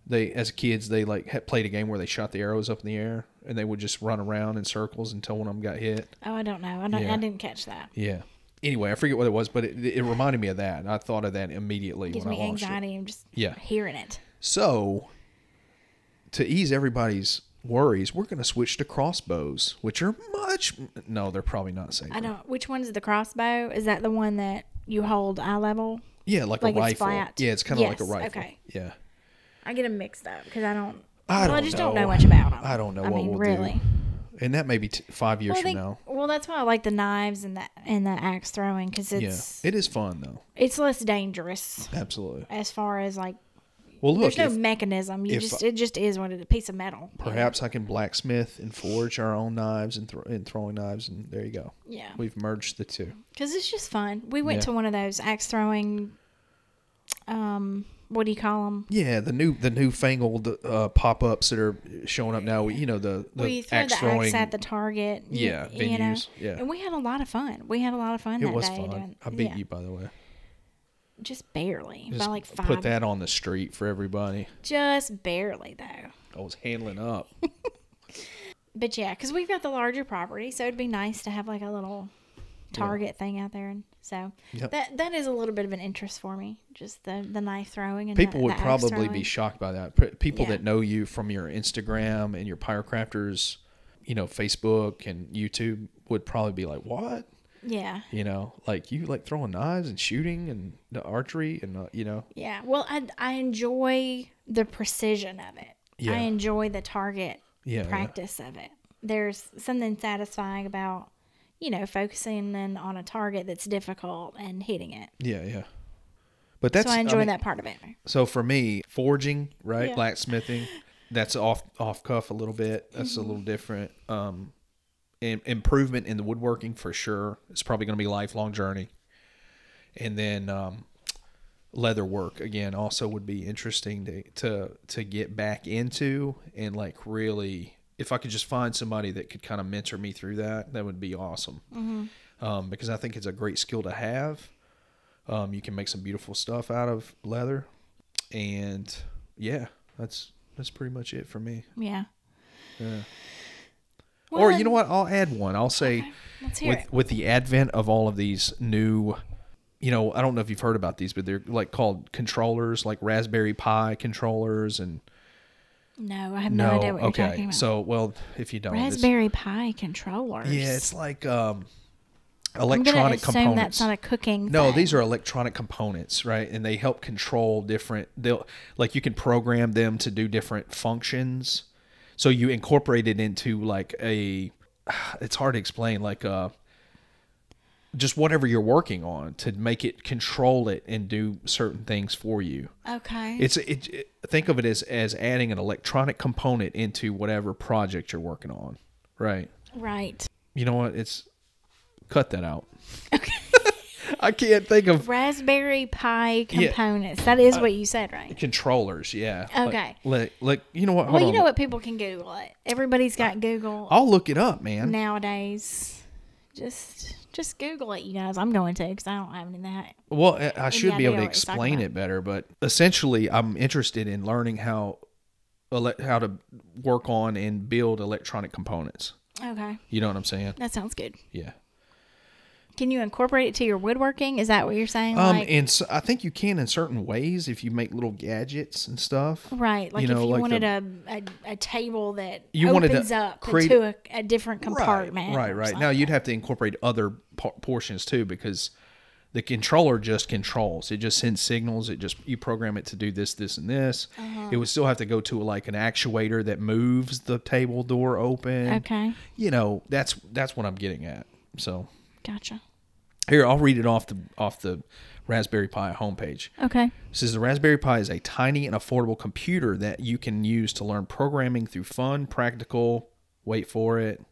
[SPEAKER 2] they as kids they like had played a game where they shot the arrows up in the air and they would just run around in circles until one of them got hit.
[SPEAKER 1] Oh, I don't know. I don't.
[SPEAKER 2] Yeah.
[SPEAKER 1] I didn't catch that.
[SPEAKER 2] Yeah. Anyway, I forget what it was, but it, it reminded me of that. And I thought of that immediately
[SPEAKER 1] Gives
[SPEAKER 2] when
[SPEAKER 1] me
[SPEAKER 2] I launched it.
[SPEAKER 1] anxiety. I'm just
[SPEAKER 2] Yeah.
[SPEAKER 1] hearing it.
[SPEAKER 2] So, to ease everybody's worries, we're going to switch to crossbows, which are much no, they're probably not safe.
[SPEAKER 1] I don't. Which one's the crossbow? Is that the one that you hold eye level?
[SPEAKER 2] Yeah, like,
[SPEAKER 1] Like
[SPEAKER 2] a
[SPEAKER 1] it's
[SPEAKER 2] rifle.
[SPEAKER 1] flat.
[SPEAKER 2] Yeah, it's kind of like a
[SPEAKER 1] Yes,
[SPEAKER 2] rifle.
[SPEAKER 1] okay.
[SPEAKER 2] Yeah.
[SPEAKER 1] I get them mixed up because I don't.
[SPEAKER 2] I
[SPEAKER 1] well,
[SPEAKER 2] don't
[SPEAKER 1] I just don't
[SPEAKER 2] know.
[SPEAKER 1] know much about them.
[SPEAKER 2] I don't know
[SPEAKER 1] I
[SPEAKER 2] what
[SPEAKER 1] mean,
[SPEAKER 2] we'll
[SPEAKER 1] really.
[SPEAKER 2] do. And that may be t- five years
[SPEAKER 1] Well, I
[SPEAKER 2] from
[SPEAKER 1] think-
[SPEAKER 2] now.
[SPEAKER 1] well, that's why I like the knives and the and the axe throwing because it's
[SPEAKER 2] yeah, it is fun though.
[SPEAKER 1] it's less dangerous
[SPEAKER 2] Absolutely.
[SPEAKER 1] as far as like
[SPEAKER 2] Well, look,
[SPEAKER 1] there's no
[SPEAKER 2] if
[SPEAKER 1] mechanism. You
[SPEAKER 2] if
[SPEAKER 1] just
[SPEAKER 2] I-
[SPEAKER 1] it just is what it, a piece of metal.
[SPEAKER 2] perhaps I can blacksmith and forge our own knives and, thro- and throwing knives, and there you go.
[SPEAKER 1] Yeah,
[SPEAKER 2] We've merged the two.
[SPEAKER 1] because it's just fun. We went
[SPEAKER 2] Yeah.
[SPEAKER 1] to one of those axe throwing. Um, what do you call them?
[SPEAKER 2] Yeah, the new the newfangled uh, pop ups that are showing up now. You know the the
[SPEAKER 1] we throw
[SPEAKER 2] axe
[SPEAKER 1] the
[SPEAKER 2] throwing.
[SPEAKER 1] axe at the target. y-
[SPEAKER 2] Yeah, venues, yeah.
[SPEAKER 1] and we had a lot of fun. We had a lot of fun.
[SPEAKER 2] it
[SPEAKER 1] that
[SPEAKER 2] was
[SPEAKER 1] day
[SPEAKER 2] fun.
[SPEAKER 1] doing-
[SPEAKER 2] I beat
[SPEAKER 1] yeah,
[SPEAKER 2] you by the way.
[SPEAKER 1] just barely
[SPEAKER 2] Just
[SPEAKER 1] by like five.
[SPEAKER 2] put that on the street for everybody.
[SPEAKER 1] Just barely though.
[SPEAKER 2] I was handling up.
[SPEAKER 1] But yeah, because we've got the larger property, so it'd be nice to have like a little target thing out there, and so
[SPEAKER 2] Yep.
[SPEAKER 1] that that is a little bit of an interest for me. Just the the knife throwing and
[SPEAKER 2] People
[SPEAKER 1] the-
[SPEAKER 2] would
[SPEAKER 1] the axe
[SPEAKER 2] probably
[SPEAKER 1] throwing.
[SPEAKER 2] be shocked by that. P- People
[SPEAKER 1] Yeah.
[SPEAKER 2] that know you from your Instagram and your Pyrocrafters, you know, Facebook and YouTube would probably be like, "What?"
[SPEAKER 1] yeah.
[SPEAKER 2] You know, like you like throwing knives and shooting and the archery and uh, you know,
[SPEAKER 1] Yeah. Well, I I enjoy the precision of it.
[SPEAKER 2] Yeah.
[SPEAKER 1] I enjoy the target
[SPEAKER 2] yeah,
[SPEAKER 1] practice of it. There's something satisfying about, you know, focusing in on a target that's difficult and hitting it.
[SPEAKER 2] yeah, yeah. But that's
[SPEAKER 1] so I enjoy
[SPEAKER 2] mean,
[SPEAKER 1] that part of it.
[SPEAKER 2] So for me, forging, right,
[SPEAKER 1] Yeah.
[SPEAKER 2] blacksmithing, that's off off cuff a little bit. That's a little different. Um, im- improvement in the woodworking for sure. It's probably going to be a lifelong journey. And then um, leather work again also would be interesting to to to get back into and like really. If I could just find somebody that could kind of mentor me through that, that would be awesome. Um, because I think it's a great skill to have. Um, you can make some beautiful stuff out of leather, and yeah, that's that's pretty much it for me.
[SPEAKER 1] Yeah.
[SPEAKER 2] or
[SPEAKER 1] Well,
[SPEAKER 2] you know what? I'll add one. I'll say
[SPEAKER 1] Let's hear
[SPEAKER 2] with
[SPEAKER 1] it.
[SPEAKER 2] with the advent of all of these new, you know, I don't know if you've heard about these, but they're like called controllers, like Raspberry Pi controllers, and
[SPEAKER 1] No, I have no, idea what you're talking
[SPEAKER 2] okay,
[SPEAKER 1] about.
[SPEAKER 2] so well, if you don't, it's-
[SPEAKER 1] Raspberry Pi controllers.
[SPEAKER 2] yeah, it's like um,
[SPEAKER 1] I'm gonna
[SPEAKER 2] electronic
[SPEAKER 1] assume
[SPEAKER 2] components.
[SPEAKER 1] that's not a cooking.
[SPEAKER 2] No,
[SPEAKER 1] thing.
[SPEAKER 2] these are electronic components, right? And they help control different. They'll like you can program them to do different functions. So you incorporate it into like a. It's hard to explain, like a. Just whatever you're working on to make it control it and do certain things for you.
[SPEAKER 1] okay.
[SPEAKER 2] It's it, it think of it as as adding an electronic component into whatever project you're working on, right?
[SPEAKER 1] right.
[SPEAKER 2] you know what? It's cut that out. I can't think of
[SPEAKER 1] Raspberry Pi components. That
[SPEAKER 2] Uh,
[SPEAKER 1] is what you said, right?
[SPEAKER 2] controllers. Yeah. Like-
[SPEAKER 1] Okay.
[SPEAKER 2] Like, like you know what? Hold
[SPEAKER 1] well, you
[SPEAKER 2] on. Uh,
[SPEAKER 1] know what? People can Google it. Everybody's got Google
[SPEAKER 2] I'll look it up, man.
[SPEAKER 1] nowadays. Just just Google it, you guys. I'm going to because I don't have any of that.
[SPEAKER 2] Well, I- I should be
[SPEAKER 1] idea
[SPEAKER 2] able to
[SPEAKER 1] what he's talking
[SPEAKER 2] explain
[SPEAKER 1] about.
[SPEAKER 2] it better, but essentially, I'm interested in learning how ele- how to work on and build electronic components.
[SPEAKER 1] Okay,
[SPEAKER 2] You know what I'm saying?
[SPEAKER 1] that sounds good.
[SPEAKER 2] Yeah.
[SPEAKER 1] Can you incorporate it to your woodworking? Is that what you're saying?
[SPEAKER 2] Um,
[SPEAKER 1] like,
[SPEAKER 2] and so I think you can in certain ways if you make little gadgets and stuff.
[SPEAKER 1] right, like
[SPEAKER 2] you know,
[SPEAKER 1] if you
[SPEAKER 2] like
[SPEAKER 1] wanted
[SPEAKER 2] the-
[SPEAKER 1] a, a a table that
[SPEAKER 2] You wanted to
[SPEAKER 1] opens up
[SPEAKER 2] create-
[SPEAKER 1] to a, a different compartment.
[SPEAKER 2] Right,
[SPEAKER 1] or
[SPEAKER 2] right.
[SPEAKER 1] something.
[SPEAKER 2] Now you'd have to incorporate other por- portions too because the controller just controls. It just sends signals. It just you program it to do this, this, and this.
[SPEAKER 1] Uh-huh.
[SPEAKER 2] It would still have to go to like an actuator that moves the table door open.
[SPEAKER 1] Okay,
[SPEAKER 2] You know that's that's what I'm getting at. So
[SPEAKER 1] gotcha.
[SPEAKER 2] here I'll read it off the off the Raspberry Pi homepage.
[SPEAKER 1] Okay,
[SPEAKER 2] It says the Raspberry Pi is a tiny and affordable computer that you can use to learn programming through fun, practical. Wait for it,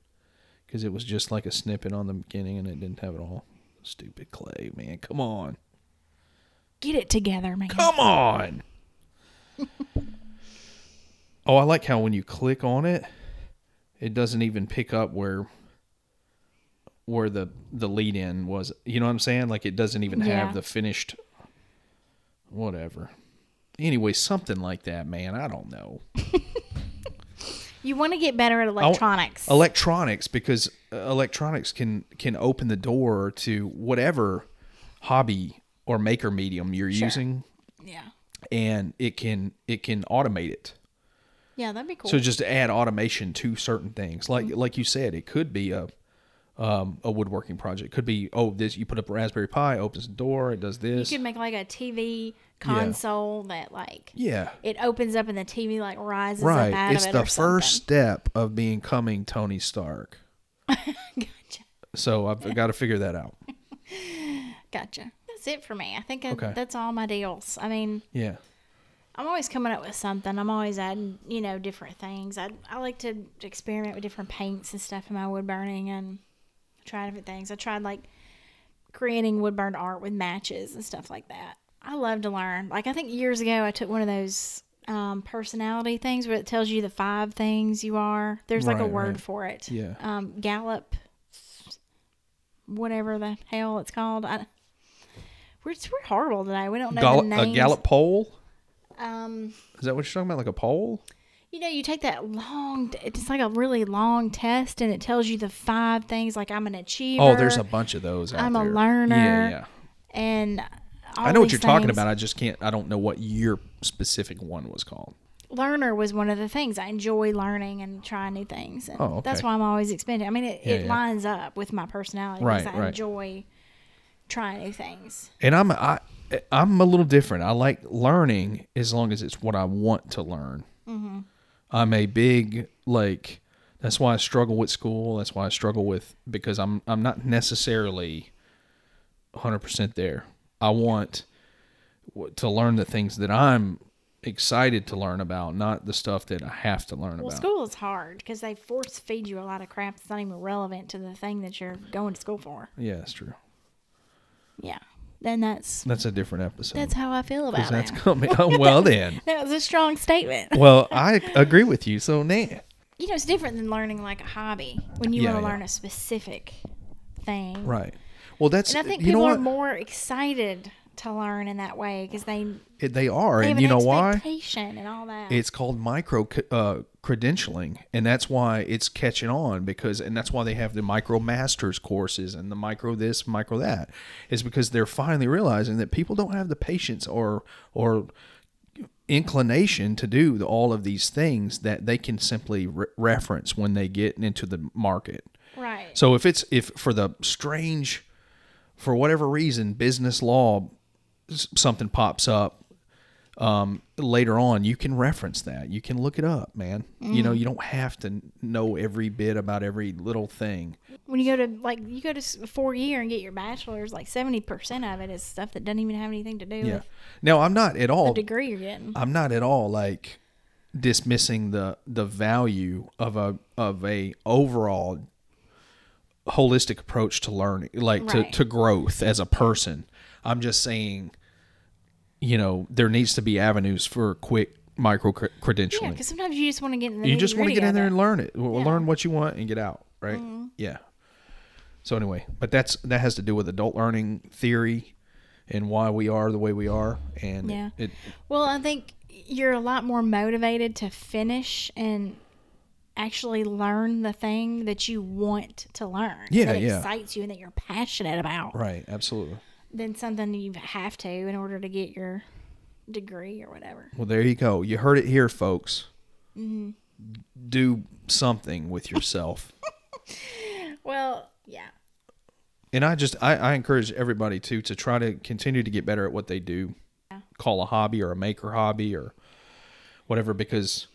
[SPEAKER 2] because it was just like a snippet on the beginning and it didn't have it all. Stupid Clay, man, come on,
[SPEAKER 1] get it together, man.
[SPEAKER 2] come on. oh, I like how when you click on it, it doesn't even pick up where where the the lead in was. You know what I'm saying? Like it doesn't even
[SPEAKER 1] Yeah.
[SPEAKER 2] have the finished whatever. Anyway, something like that, man. I don't know.
[SPEAKER 1] You want to get better at electronics.
[SPEAKER 2] Electronics because uh, electronics can can open the door to whatever hobby or maker medium you're using
[SPEAKER 1] yeah,
[SPEAKER 2] and it can it can automate it.
[SPEAKER 1] yeah, that'd be cool.
[SPEAKER 2] So just to add automation to certain things, like
[SPEAKER 1] Mm-hmm.
[SPEAKER 2] like you said, it could be a um, a woodworking project. Could be oh this you put up a Raspberry Pi, opens the door, it does
[SPEAKER 1] you
[SPEAKER 2] this.
[SPEAKER 1] could make like a TV console that like
[SPEAKER 2] yeah,
[SPEAKER 1] it opens up and the TV like rises up
[SPEAKER 2] right.
[SPEAKER 1] out
[SPEAKER 2] It's
[SPEAKER 1] of it.
[SPEAKER 2] the
[SPEAKER 1] or
[SPEAKER 2] first
[SPEAKER 1] something.
[SPEAKER 2] step of becoming Tony Stark.
[SPEAKER 1] Gotcha.
[SPEAKER 2] So I've got to figure that out.
[SPEAKER 1] Gotcha. That's it for me. I think I,
[SPEAKER 2] Okay.
[SPEAKER 1] that's all my deals. I mean,
[SPEAKER 2] Yeah,
[SPEAKER 1] I'm always coming up with something. I'm always adding, you know, different things. I, I like to experiment with different paints and stuff in my wood burning and try different things. I tried like creating wood burned art with matches and stuff like that. I love to learn. Like I think years ago I took one of those um, personality things where it tells you the five things you are. There's like
[SPEAKER 2] Right,
[SPEAKER 1] a word
[SPEAKER 2] right.
[SPEAKER 1] for it.
[SPEAKER 2] Yeah.
[SPEAKER 1] Um, Gallup, whatever the hell it's called. I, we're, we're horrible today. We don't know
[SPEAKER 2] Gall-
[SPEAKER 1] the
[SPEAKER 2] a
[SPEAKER 1] names.
[SPEAKER 2] Gallup poll.
[SPEAKER 1] Um,
[SPEAKER 2] Is that what you're talking about? Like a poll?
[SPEAKER 1] you know, you take that long, it's like a really long test and it tells you the five things like I'm an achiever.
[SPEAKER 2] Oh, there's a bunch of those. Out
[SPEAKER 1] I'm a
[SPEAKER 2] there.
[SPEAKER 1] learner.
[SPEAKER 2] Yeah, yeah.
[SPEAKER 1] And all
[SPEAKER 2] I know what
[SPEAKER 1] these
[SPEAKER 2] you're talking
[SPEAKER 1] things.
[SPEAKER 2] about. I just can't. I don't know what your specific one was called.
[SPEAKER 1] Learner was one of the things. I enjoy learning and trying new things. And
[SPEAKER 2] Oh, okay.
[SPEAKER 1] That's why I'm always expanding. I mean, it,
[SPEAKER 2] Yeah,
[SPEAKER 1] it
[SPEAKER 2] yeah.
[SPEAKER 1] lines up with my personality
[SPEAKER 2] Right,
[SPEAKER 1] because I
[SPEAKER 2] right.
[SPEAKER 1] enjoy trying new things.
[SPEAKER 2] and I'm I I'm a little different. I like learning as long as it's what I want to learn.
[SPEAKER 1] Mm-hmm.
[SPEAKER 2] I'm a big like that's why I struggle with school. That's why I struggle with because I'm I'm not necessarily 100% there. I want w- to learn the things that I'm excited to learn about, not the stuff that I have to learn
[SPEAKER 1] Well,
[SPEAKER 2] about.
[SPEAKER 1] school is hard because they force feed you a lot of crap that's not even relevant to the thing that you're going to school for.
[SPEAKER 2] Yeah, that's true.
[SPEAKER 1] Yeah. Then that's
[SPEAKER 2] That's a different episode.
[SPEAKER 1] that's how I feel about
[SPEAKER 2] 'Cause that's
[SPEAKER 1] it.
[SPEAKER 2] coming. Oh, well then.
[SPEAKER 1] That was a strong statement.
[SPEAKER 2] Well, I agree with you. So, nah.
[SPEAKER 1] you know, it's different than learning like a hobby when you
[SPEAKER 2] Yeah,
[SPEAKER 1] want to
[SPEAKER 2] yeah.
[SPEAKER 1] learn a specific thing.
[SPEAKER 2] Right. Well, that's
[SPEAKER 1] And I think
[SPEAKER 2] you know
[SPEAKER 1] people are
[SPEAKER 2] what
[SPEAKER 1] more excited to learn in that way because they,
[SPEAKER 2] It- they are,
[SPEAKER 1] they have
[SPEAKER 2] and
[SPEAKER 1] an
[SPEAKER 2] you know why?
[SPEAKER 1] expectation and all that.
[SPEAKER 2] It's called micro c- uh, credentialing, and that's why it's catching on because, and that's why they have the micro masters courses and the micro this, micro that, is because they're finally realizing that people don't have the patience or or inclination to do the, all of these things that they can simply re- reference when they get into the market.
[SPEAKER 1] right.
[SPEAKER 2] So if it's if for the strange, for whatever reason, business law, s- something pops up um, later on, you can reference that. You can look it up, man. You know, you don't have to know every bit about every little thing.
[SPEAKER 1] when you go to like you go to s- four year and get your bachelor's, like seventy percent of it is stuff that doesn't even have anything to do
[SPEAKER 2] Yeah.
[SPEAKER 1] with
[SPEAKER 2] Now I'm not at all.
[SPEAKER 1] the degree you're getting.
[SPEAKER 2] I'm not at all like dismissing the the value of a of a overall holistic approach to learning, like
[SPEAKER 1] Right.
[SPEAKER 2] to, to growth as a person. I'm just saying, you know, there needs to be avenues for quick micro cre-
[SPEAKER 1] Yeah,
[SPEAKER 2] credentialing.
[SPEAKER 1] because sometimes you just want to get in the
[SPEAKER 2] you just want to get in there and learn it, W-
[SPEAKER 1] Yeah. Mm-hmm.
[SPEAKER 2] learn what you want, and get out. Right? Yeah. So anyway, but that's that has to do with adult learning theory and why we are the way we are, and
[SPEAKER 1] Yeah.
[SPEAKER 2] it,
[SPEAKER 1] Well, I think you're a lot more motivated to finish and actually learn the thing that you want to learn.
[SPEAKER 2] Yeah,
[SPEAKER 1] that
[SPEAKER 2] yeah.
[SPEAKER 1] excites you and that you're passionate about
[SPEAKER 2] right, absolutely.
[SPEAKER 1] than something you have to in order to get your degree or whatever.
[SPEAKER 2] Well, there you go. You heard it here, folks.
[SPEAKER 1] Mm-hmm.
[SPEAKER 2] Do something with yourself.
[SPEAKER 1] Well, yeah.
[SPEAKER 2] and I just I, I encourage everybody to to try to continue to get better at what they do. Call a hobby or a maker hobby or whatever because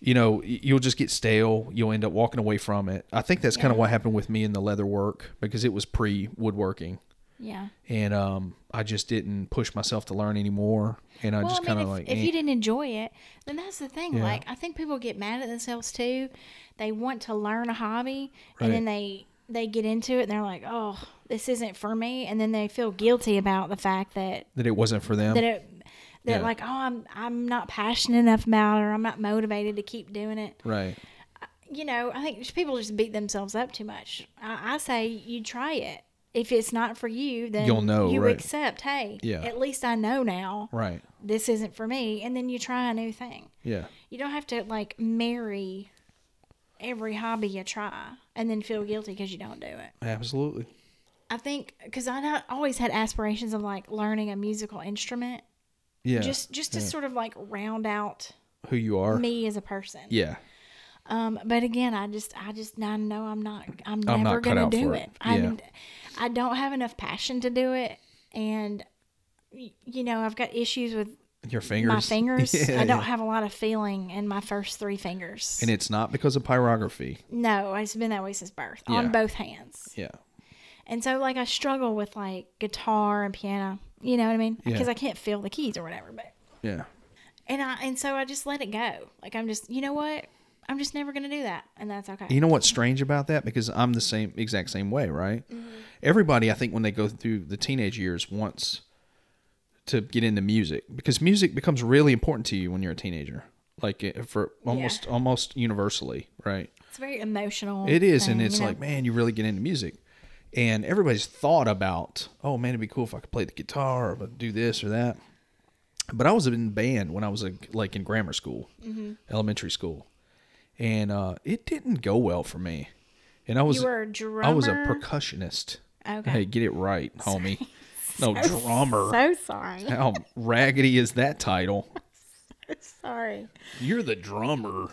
[SPEAKER 2] you know y- you'll just get stale. You'll end up walking away from it. I think that's kind of what happened with me in the leather work because it was pre woodworking
[SPEAKER 1] Yeah.
[SPEAKER 2] and um I just didn't push myself to learn anymore and I
[SPEAKER 1] well,
[SPEAKER 2] just
[SPEAKER 1] I
[SPEAKER 2] kind
[SPEAKER 1] mean,
[SPEAKER 2] of
[SPEAKER 1] if,
[SPEAKER 2] like
[SPEAKER 1] if
[SPEAKER 2] eh.
[SPEAKER 1] you didn't enjoy it, then that's the thing.
[SPEAKER 2] Yeah.
[SPEAKER 1] Like, I think people get mad at themselves too. They want to learn a hobby, and then
[SPEAKER 2] Right.
[SPEAKER 1] they they get into it, and they're like, "Oh, this isn't for me," and then they feel guilty about the fact that
[SPEAKER 2] that it wasn't for them.
[SPEAKER 1] that it that
[SPEAKER 2] Yeah.
[SPEAKER 1] like, "Oh, I'm I'm not passionate enough about it, or I'm not motivated to keep doing it."
[SPEAKER 2] right.
[SPEAKER 1] You know, I think just people just beat themselves up too much. I, I say you try it. If it's not for you, then
[SPEAKER 2] You'll know,
[SPEAKER 1] You
[SPEAKER 2] right.
[SPEAKER 1] accept, hey,
[SPEAKER 2] Yeah.
[SPEAKER 1] at least I know now
[SPEAKER 2] Right.
[SPEAKER 1] this isn't for me and then you try a new thing
[SPEAKER 2] Yeah.
[SPEAKER 1] you don't have to like marry every hobby you try and then feel guilty because you don't do it
[SPEAKER 2] Absolutely.
[SPEAKER 1] i think because i not- always had aspirations of like learning a musical instrument
[SPEAKER 2] Yeah.
[SPEAKER 1] just just to sort of like round out
[SPEAKER 2] who you are.
[SPEAKER 1] me as a person
[SPEAKER 2] Yeah.
[SPEAKER 1] um but again i just i just i know i'm not i'm
[SPEAKER 2] not
[SPEAKER 1] never
[SPEAKER 2] cut
[SPEAKER 1] gonna
[SPEAKER 2] out
[SPEAKER 1] do
[SPEAKER 2] for
[SPEAKER 1] it,
[SPEAKER 2] it.
[SPEAKER 1] I'm, i don't have enough passion to do it and y- you know i've got issues with
[SPEAKER 2] Your fingers.
[SPEAKER 1] my fingers.
[SPEAKER 2] Yeah,
[SPEAKER 1] I don't
[SPEAKER 2] yeah.
[SPEAKER 1] have a lot of feeling in my first three fingers.
[SPEAKER 2] And it's not because of pyrography.
[SPEAKER 1] no, it's been that way since birth on
[SPEAKER 2] Yeah.
[SPEAKER 1] both hands.
[SPEAKER 2] Yeah.
[SPEAKER 1] And so, like, I struggle with like guitar and piano. You know what I mean?
[SPEAKER 2] Yeah.
[SPEAKER 1] Because I can't feel the keys or whatever. But
[SPEAKER 2] Yeah.
[SPEAKER 1] and I and so I just let it go. Like I'm just, you know what? I'm just never gonna do that, and that's okay.
[SPEAKER 2] You know what's strange about that? Because I'm the same exact same way, right?
[SPEAKER 1] Mm-hmm.
[SPEAKER 2] Everybody, I think, when they go through the teenage years, wants to get into music because music becomes really important to you when you're a teenager, like eh, for almost almost universally, right?
[SPEAKER 1] it's very emotional.
[SPEAKER 2] It is, and
[SPEAKER 1] thing,
[SPEAKER 2] it's
[SPEAKER 1] you know?
[SPEAKER 2] like, man, you really get into music. And everybody's thought about, oh man, it'd be cool if I could play the guitar or do this or that. But I was in band when I was like, like in grammar school,
[SPEAKER 1] Mm-hmm.
[SPEAKER 2] elementary school, and uh, it didn't go well for me. And I was
[SPEAKER 1] you were a drummer.
[SPEAKER 2] I was a percussionist.
[SPEAKER 1] Okay.
[SPEAKER 2] Hey, get it right, homie. no drummer.
[SPEAKER 1] So sorry.
[SPEAKER 2] How raggedy is that title?
[SPEAKER 1] sorry.
[SPEAKER 2] You're the drummer.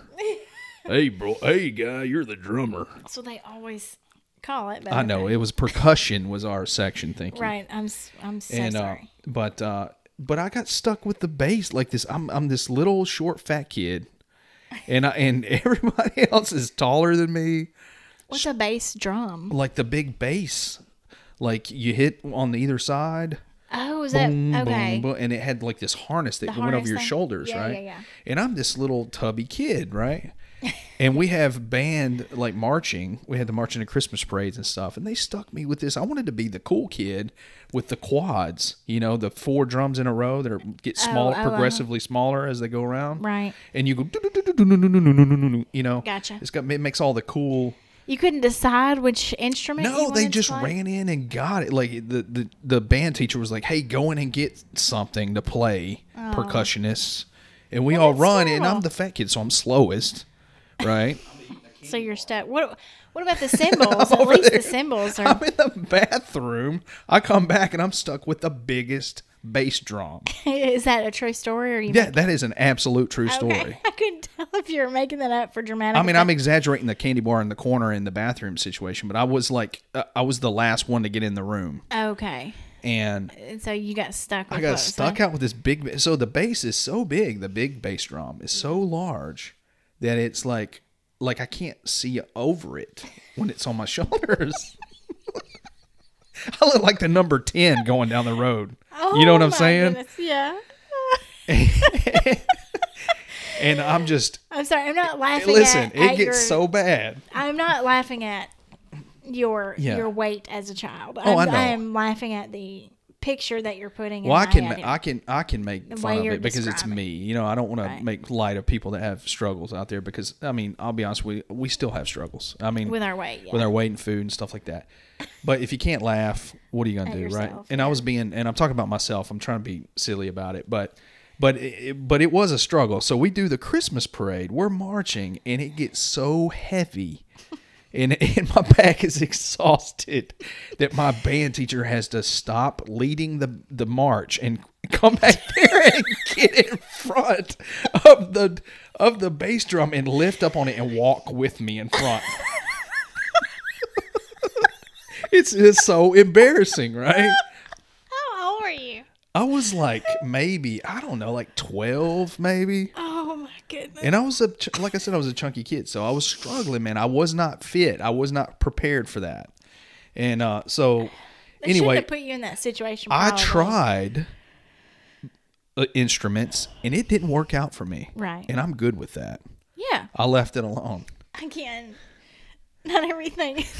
[SPEAKER 2] hey, bro. Hey, guy. You're the drummer.
[SPEAKER 1] That's what they always call it. But
[SPEAKER 2] I know
[SPEAKER 1] okay.
[SPEAKER 2] it was percussion was our section. Thank you.
[SPEAKER 1] Right. I'm. s- I'm so
[SPEAKER 2] And uh,
[SPEAKER 1] sorry.
[SPEAKER 2] but uh, but I got stuck with the bass like this. I'm I'm this little short fat kid, and I, and everybody else is taller than me.
[SPEAKER 1] What's a bass drum?
[SPEAKER 2] Like the big bass, like you hit on either side.
[SPEAKER 1] Oh, is that
[SPEAKER 2] boom,
[SPEAKER 1] okay?
[SPEAKER 2] boom, boom, and it had like this harness that
[SPEAKER 1] The
[SPEAKER 2] went
[SPEAKER 1] harness
[SPEAKER 2] over your
[SPEAKER 1] thing?
[SPEAKER 2] shoulders,
[SPEAKER 1] Yeah,
[SPEAKER 2] right?
[SPEAKER 1] yeah, yeah.
[SPEAKER 2] And I'm this little tubby kid, right? and we have band like marching. We had the marching to Christmas parades and stuff, and they stuck me with this. I wanted to be the cool kid with the quads, you know, the four drums in a row that are get smaller,
[SPEAKER 1] oh, uh-huh.
[SPEAKER 2] progressively smaller as they go around,
[SPEAKER 1] Right.
[SPEAKER 2] And you go, "Do-do-do-do-do-do-do-do-do-do-do," you know,
[SPEAKER 1] Gotcha.
[SPEAKER 2] It's got it makes all the cool
[SPEAKER 1] You couldn't decide which instrument. you
[SPEAKER 2] no, they
[SPEAKER 1] wanted to
[SPEAKER 2] just
[SPEAKER 1] play?
[SPEAKER 2] ran in and got it. Like the, the the band teacher was like, "Hey, go in and get something to play,
[SPEAKER 1] Oh.
[SPEAKER 2] percussionists." And we all
[SPEAKER 1] that's
[SPEAKER 2] run, and
[SPEAKER 1] cool.
[SPEAKER 2] I'm the fat kid, so I'm slowest, right?
[SPEAKER 1] So you're stuck. What? What about the cymbals? At least the cymbals are.
[SPEAKER 2] I'm in the bathroom. I come back, and I'm stuck with the biggest bass drum.
[SPEAKER 1] is that a true story? Or you
[SPEAKER 2] Yeah, that is an absolute true story.
[SPEAKER 1] Okay. I couldn't tell if you were making that up for dramatic.
[SPEAKER 2] I mean, I'm
[SPEAKER 1] effect.
[SPEAKER 2] exaggerating the candy bar in the corner in the bathroom situation, but I was like, uh, I was the last one to get in the room,
[SPEAKER 1] okay.
[SPEAKER 2] and
[SPEAKER 1] And so you got stuck. With
[SPEAKER 2] I got stuck out with this big. So the bass is so big. The big bass drum is so large that it's like like I can't see over it when it's on my shoulders. I look like the number ten going down the road. you know what I'm saying?
[SPEAKER 1] Oh Yeah.
[SPEAKER 2] And I'm just
[SPEAKER 1] I'm sorry. I'm not laughing.
[SPEAKER 2] listen.
[SPEAKER 1] at,
[SPEAKER 2] It
[SPEAKER 1] at
[SPEAKER 2] gets
[SPEAKER 1] your-
[SPEAKER 2] so bad.
[SPEAKER 1] I'm not laughing at your
[SPEAKER 2] Yeah.
[SPEAKER 1] your weight as a child.
[SPEAKER 2] Oh, I
[SPEAKER 1] I'm-
[SPEAKER 2] know.
[SPEAKER 1] am laughing at the picture that you're putting.
[SPEAKER 2] Well, I
[SPEAKER 1] in my
[SPEAKER 2] can
[SPEAKER 1] head.
[SPEAKER 2] I can I can make
[SPEAKER 1] The
[SPEAKER 2] fun
[SPEAKER 1] way
[SPEAKER 2] of
[SPEAKER 1] you're
[SPEAKER 2] it because it's
[SPEAKER 1] describing.
[SPEAKER 2] me. You know, I don't want
[SPEAKER 1] Right.
[SPEAKER 2] to make light of people that have struggles out there because I mean, I'll be honest, we we still have struggles. I mean,
[SPEAKER 1] with our weight. Yeah.
[SPEAKER 2] with our weight and food and stuff like that. But if you can't laugh, what are you gonna
[SPEAKER 1] At
[SPEAKER 2] do, right?
[SPEAKER 1] yourself,
[SPEAKER 2] And I was being, and I'm talking about myself. I'm trying to be silly about it, but, but, it, but it was a struggle. So we do the Christmas parade. We're marching, and it gets so heavy, and, and my back is exhausted that my band teacher has to stop leading the the march and come back there and get in front of the of the bass drum and lift up on it and walk with me in front. It's it's so embarrassing, right?
[SPEAKER 1] How old were you?
[SPEAKER 2] I was like maybe I don't know, like twelve maybe,
[SPEAKER 1] Oh my goodness.
[SPEAKER 2] and I was a ch- like I said, I was a chunky kid, so I was struggling, man. I was not fit. I was not prepared for that, and uh, so
[SPEAKER 1] They shouldn't
[SPEAKER 2] anyway,
[SPEAKER 1] have put you in that situation.
[SPEAKER 2] I
[SPEAKER 1] probably.
[SPEAKER 2] tried uh, instruments, and it didn't work out for me.
[SPEAKER 1] Right.
[SPEAKER 2] and I'm good with that.
[SPEAKER 1] Yeah,
[SPEAKER 2] I left it alone.
[SPEAKER 1] I can. Not everything.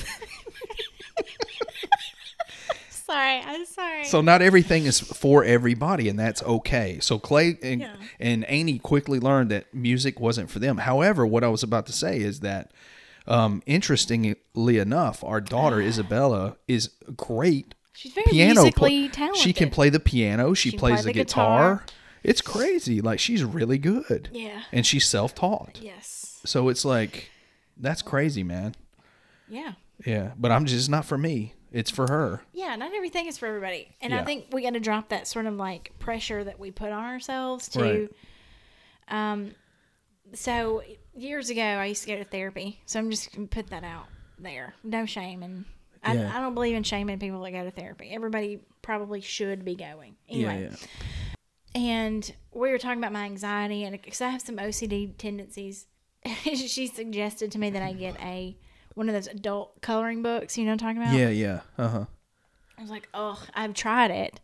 [SPEAKER 1] sorry, I'm sorry.
[SPEAKER 2] So not everything is for everybody, and that's okay. So Clay and,
[SPEAKER 1] Yeah.
[SPEAKER 2] and Amy quickly learned that music wasn't for them. However, what I was about to say is that, um, interestingly enough, our daughter Isabella is great
[SPEAKER 1] She's very musically
[SPEAKER 2] pla-
[SPEAKER 1] talented.
[SPEAKER 2] She can play the piano. She,
[SPEAKER 1] can
[SPEAKER 2] plays
[SPEAKER 1] play
[SPEAKER 2] the,
[SPEAKER 1] the
[SPEAKER 2] guitar.
[SPEAKER 1] guitar.
[SPEAKER 2] It's crazy. Like she's really good.
[SPEAKER 1] Yeah.
[SPEAKER 2] and she's self-taught.
[SPEAKER 1] Yes.
[SPEAKER 2] So it's like, that's crazy, man.
[SPEAKER 1] Yeah.
[SPEAKER 2] Yeah, but I'm just it's not for me. It's for her.
[SPEAKER 1] Yeah, not everything is for everybody. And
[SPEAKER 2] Yeah.
[SPEAKER 1] I think we got to drop that sort of like pressure that we put on ourselves to.
[SPEAKER 2] Right.
[SPEAKER 1] Um, so years ago, I used to go to therapy. So I'm just going to put that out there. No shame. And I,
[SPEAKER 2] Yeah.
[SPEAKER 1] I don't believe in shaming people that go to therapy. Everybody probably should be going. Anyway.
[SPEAKER 2] Yeah, yeah.
[SPEAKER 1] And we were talking about my anxiety, and because I have some OCD tendencies, she suggested to me that I get a one of those adult coloring books. You know what I'm talking about?
[SPEAKER 2] Yeah, yeah. Uh huh.
[SPEAKER 1] I was like, oh, I've tried it.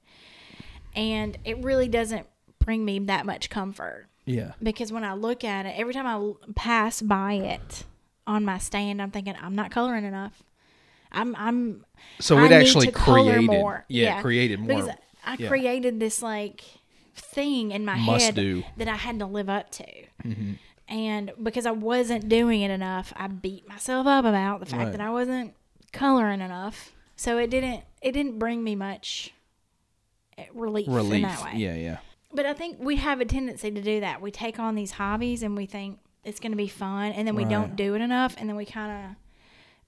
[SPEAKER 1] And it really doesn't bring me that much comfort
[SPEAKER 2] Yeah.
[SPEAKER 1] because when I look at it, every time I l- pass by it on my stand, I'm thinking, I'm not coloring enough. I'm, I'm,
[SPEAKER 2] So
[SPEAKER 1] I
[SPEAKER 2] it
[SPEAKER 1] need
[SPEAKER 2] actually
[SPEAKER 1] to color
[SPEAKER 2] created,
[SPEAKER 1] more.
[SPEAKER 2] Yeah, created more.
[SPEAKER 1] Because I
[SPEAKER 2] yeah.
[SPEAKER 1] created this like thing in my
[SPEAKER 2] Must
[SPEAKER 1] head
[SPEAKER 2] do. Mm-hmm.
[SPEAKER 1] that I had to live up to. And because I wasn't doing it enough, I beat myself up about the fact
[SPEAKER 2] Right.
[SPEAKER 1] that I wasn't coloring enough. So it didn't it didn't bring me much eh, relief, in
[SPEAKER 2] Relief.
[SPEAKER 1] that way.
[SPEAKER 2] Yeah, yeah.
[SPEAKER 1] But I think we have a tendency to do that. We take on these hobbies and we think it's going to be fun, and then we
[SPEAKER 2] Right.
[SPEAKER 1] don't do it enough, and then we kind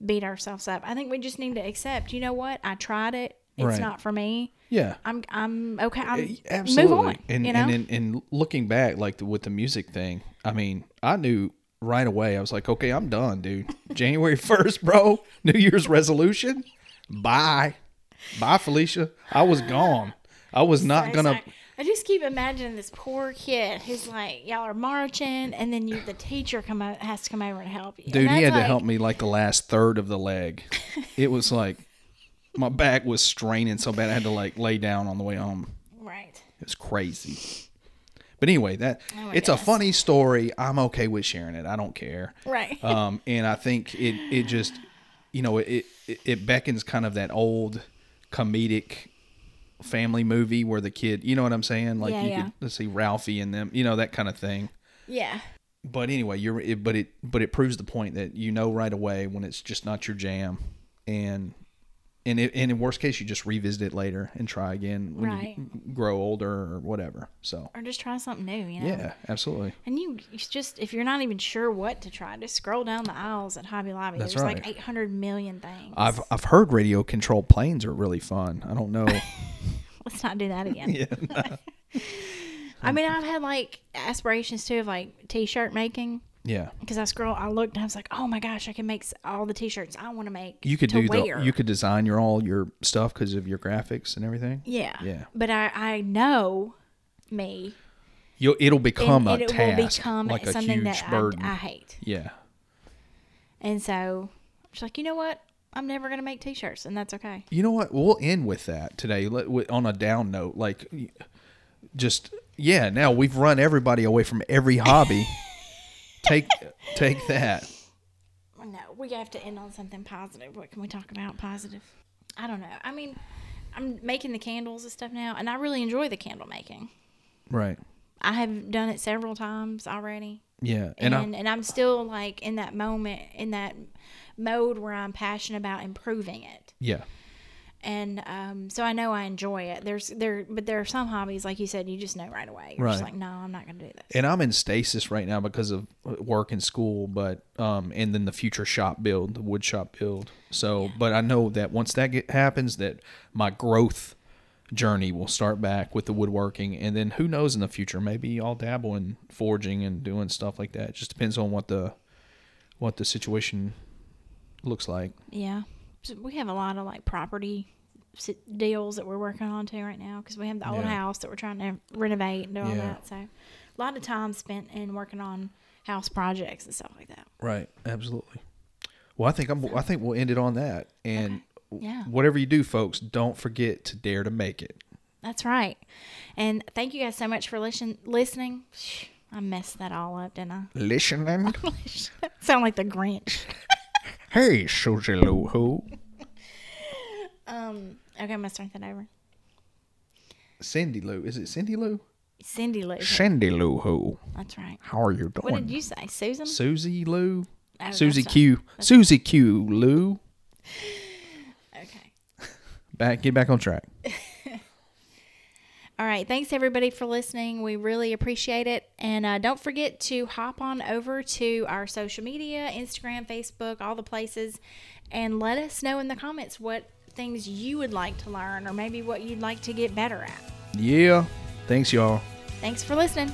[SPEAKER 1] of beat ourselves up. I think we just need to accept. You know what? I tried it. It's
[SPEAKER 2] Right.
[SPEAKER 1] not for me.
[SPEAKER 2] Yeah.
[SPEAKER 1] I'm I'm okay. I'm
[SPEAKER 2] Absolutely.
[SPEAKER 1] move on.
[SPEAKER 2] And,
[SPEAKER 1] you know,
[SPEAKER 2] and, and and looking back, like the, with the music thing, I mean, I knew right away. I was like, okay, I'm done, dude. January first, bro. New Year's resolution. Bye, bye, Felicia. I was gone. I was not
[SPEAKER 1] Sorry,
[SPEAKER 2] gonna.
[SPEAKER 1] sorry. I just keep imagining this poor kid who's like, y'all are marching, and then you, the teacher, come o- has to come over and help you. And
[SPEAKER 2] Dude, he
[SPEAKER 1] that's
[SPEAKER 2] had to
[SPEAKER 1] like-
[SPEAKER 2] help me like the last third of the leg. it was like my back was straining so bad I had to like lay down on the way home.
[SPEAKER 1] Right.
[SPEAKER 2] It's crazy. But anyway, that
[SPEAKER 1] Oh my
[SPEAKER 2] it's a
[SPEAKER 1] goodness.
[SPEAKER 2] funny story. I'm okay with sharing it. I don't care.
[SPEAKER 1] Right.
[SPEAKER 2] Um, and I think it it just you know it it, it beckons kind of that old comedic family movie where the kid you know what I'm saying like
[SPEAKER 1] Yeah,
[SPEAKER 2] you
[SPEAKER 1] yeah.
[SPEAKER 2] could let's see Ralphie and them you know that kind of thing.
[SPEAKER 1] Yeah.
[SPEAKER 2] But anyway, you're it, but it but it proves the point that you know right away when it's just not your jam and. And, it, and in worst case, you just revisit it later and try again when you
[SPEAKER 1] Right.
[SPEAKER 2] grow older or whatever. So
[SPEAKER 1] Or just try something new. You know.
[SPEAKER 2] yeah, absolutely.
[SPEAKER 1] And you, you just if you're not even sure what to try, just scroll down the aisles at Hobby Lobby.
[SPEAKER 2] That's
[SPEAKER 1] There's
[SPEAKER 2] right.
[SPEAKER 1] like 800 million things.
[SPEAKER 2] I've I've heard radio controlled planes are really fun. I don't know.
[SPEAKER 1] Let's not do that again. I mean, I've had like aspirations too of like t-shirt making
[SPEAKER 2] yeah,
[SPEAKER 1] because I scroll, I looked, and I was like, oh my gosh, I can make s- all the t-shirts I want to make.
[SPEAKER 2] you could
[SPEAKER 1] to
[SPEAKER 2] do
[SPEAKER 1] wear.
[SPEAKER 2] the you could design your all your stuff because of your graphics and everything.
[SPEAKER 1] Yeah.
[SPEAKER 2] Yeah.
[SPEAKER 1] But I, I know me.
[SPEAKER 2] You it'll become
[SPEAKER 1] and
[SPEAKER 2] a
[SPEAKER 1] it
[SPEAKER 2] task,
[SPEAKER 1] will become
[SPEAKER 2] like a
[SPEAKER 1] something
[SPEAKER 2] huge
[SPEAKER 1] that I,
[SPEAKER 2] burden.
[SPEAKER 1] I hate.
[SPEAKER 2] yeah,
[SPEAKER 1] And so she's like, you know what? I'm never going to make t-shirts and that's okay.
[SPEAKER 2] you know what? We'll end with that today Let, wi- on a down note. Like, just yeah. Now we've run everybody away from every hobby. take take that.
[SPEAKER 1] No, we have to end on something positive. What can we talk about positive? I don't know. I mean, I'm making the candles and stuff now, and I really enjoy the candle making.
[SPEAKER 2] Right.
[SPEAKER 1] I have done it several times already.
[SPEAKER 2] Yeah.
[SPEAKER 1] And
[SPEAKER 2] And,
[SPEAKER 1] and,
[SPEAKER 2] I,
[SPEAKER 1] I'm still like in that moment in that mode where I'm passionate about improving it.
[SPEAKER 2] yeah.
[SPEAKER 1] And um, so I know I enjoy it. There's there but there are some hobbies like you said you just know right away. You're just
[SPEAKER 2] Right.
[SPEAKER 1] like, "No, I'm not going to do this."
[SPEAKER 2] And I'm in stasis right now because of uh, work and school, but um, and then the future shop build, the wood shop build. So, but I know that once that get, happens, that my growth journey will start back with the woodworking, and then who knows in the future, maybe I'll dabble in forging and doing stuff like that. It just depends on what the what the situation looks like.
[SPEAKER 1] Yeah. So we have a lot of like property si- deals that we're working on too right now because we have the old
[SPEAKER 2] Yeah.
[SPEAKER 1] house that we're trying to renovate and do all
[SPEAKER 2] Yeah.
[SPEAKER 1] that. So a lot of time spent in working on house projects and stuff like that.
[SPEAKER 2] Right. Absolutely. Well, I think I'm. I think we'll end it on that. And
[SPEAKER 1] Okay. Yeah.
[SPEAKER 2] whatever you do, folks, don't forget to dare to make it.
[SPEAKER 1] That's right. And thank you guys so much for listen- listening. I messed that all up, didn't I?
[SPEAKER 2] Listening.
[SPEAKER 1] Sound like the Grinch.
[SPEAKER 2] hey, Susie Lou Who.
[SPEAKER 1] Um, okay, I'm going to start that over.
[SPEAKER 2] Cindy Lou. Is it Cindy Lou?
[SPEAKER 1] Cindy Lou.
[SPEAKER 2] Cindy Lou Who.
[SPEAKER 1] That's right.
[SPEAKER 2] How are you doing?
[SPEAKER 1] What did you say? Susan?
[SPEAKER 2] Susie Lou.
[SPEAKER 1] Oh,
[SPEAKER 2] Susie
[SPEAKER 1] that's right.
[SPEAKER 2] Q. Susie Q. Lou.
[SPEAKER 1] Okay.
[SPEAKER 2] Back. Get back on track.
[SPEAKER 1] All right. Thanks, everybody, for listening. We really appreciate it. And uh, don't forget to hop on over to our social media Instagram, Facebook, all the places and let us know in the comments what things you would like to learn or maybe what you'd like to get better at.
[SPEAKER 2] Yeah. Thanks, y'all.
[SPEAKER 1] Thanks for listening.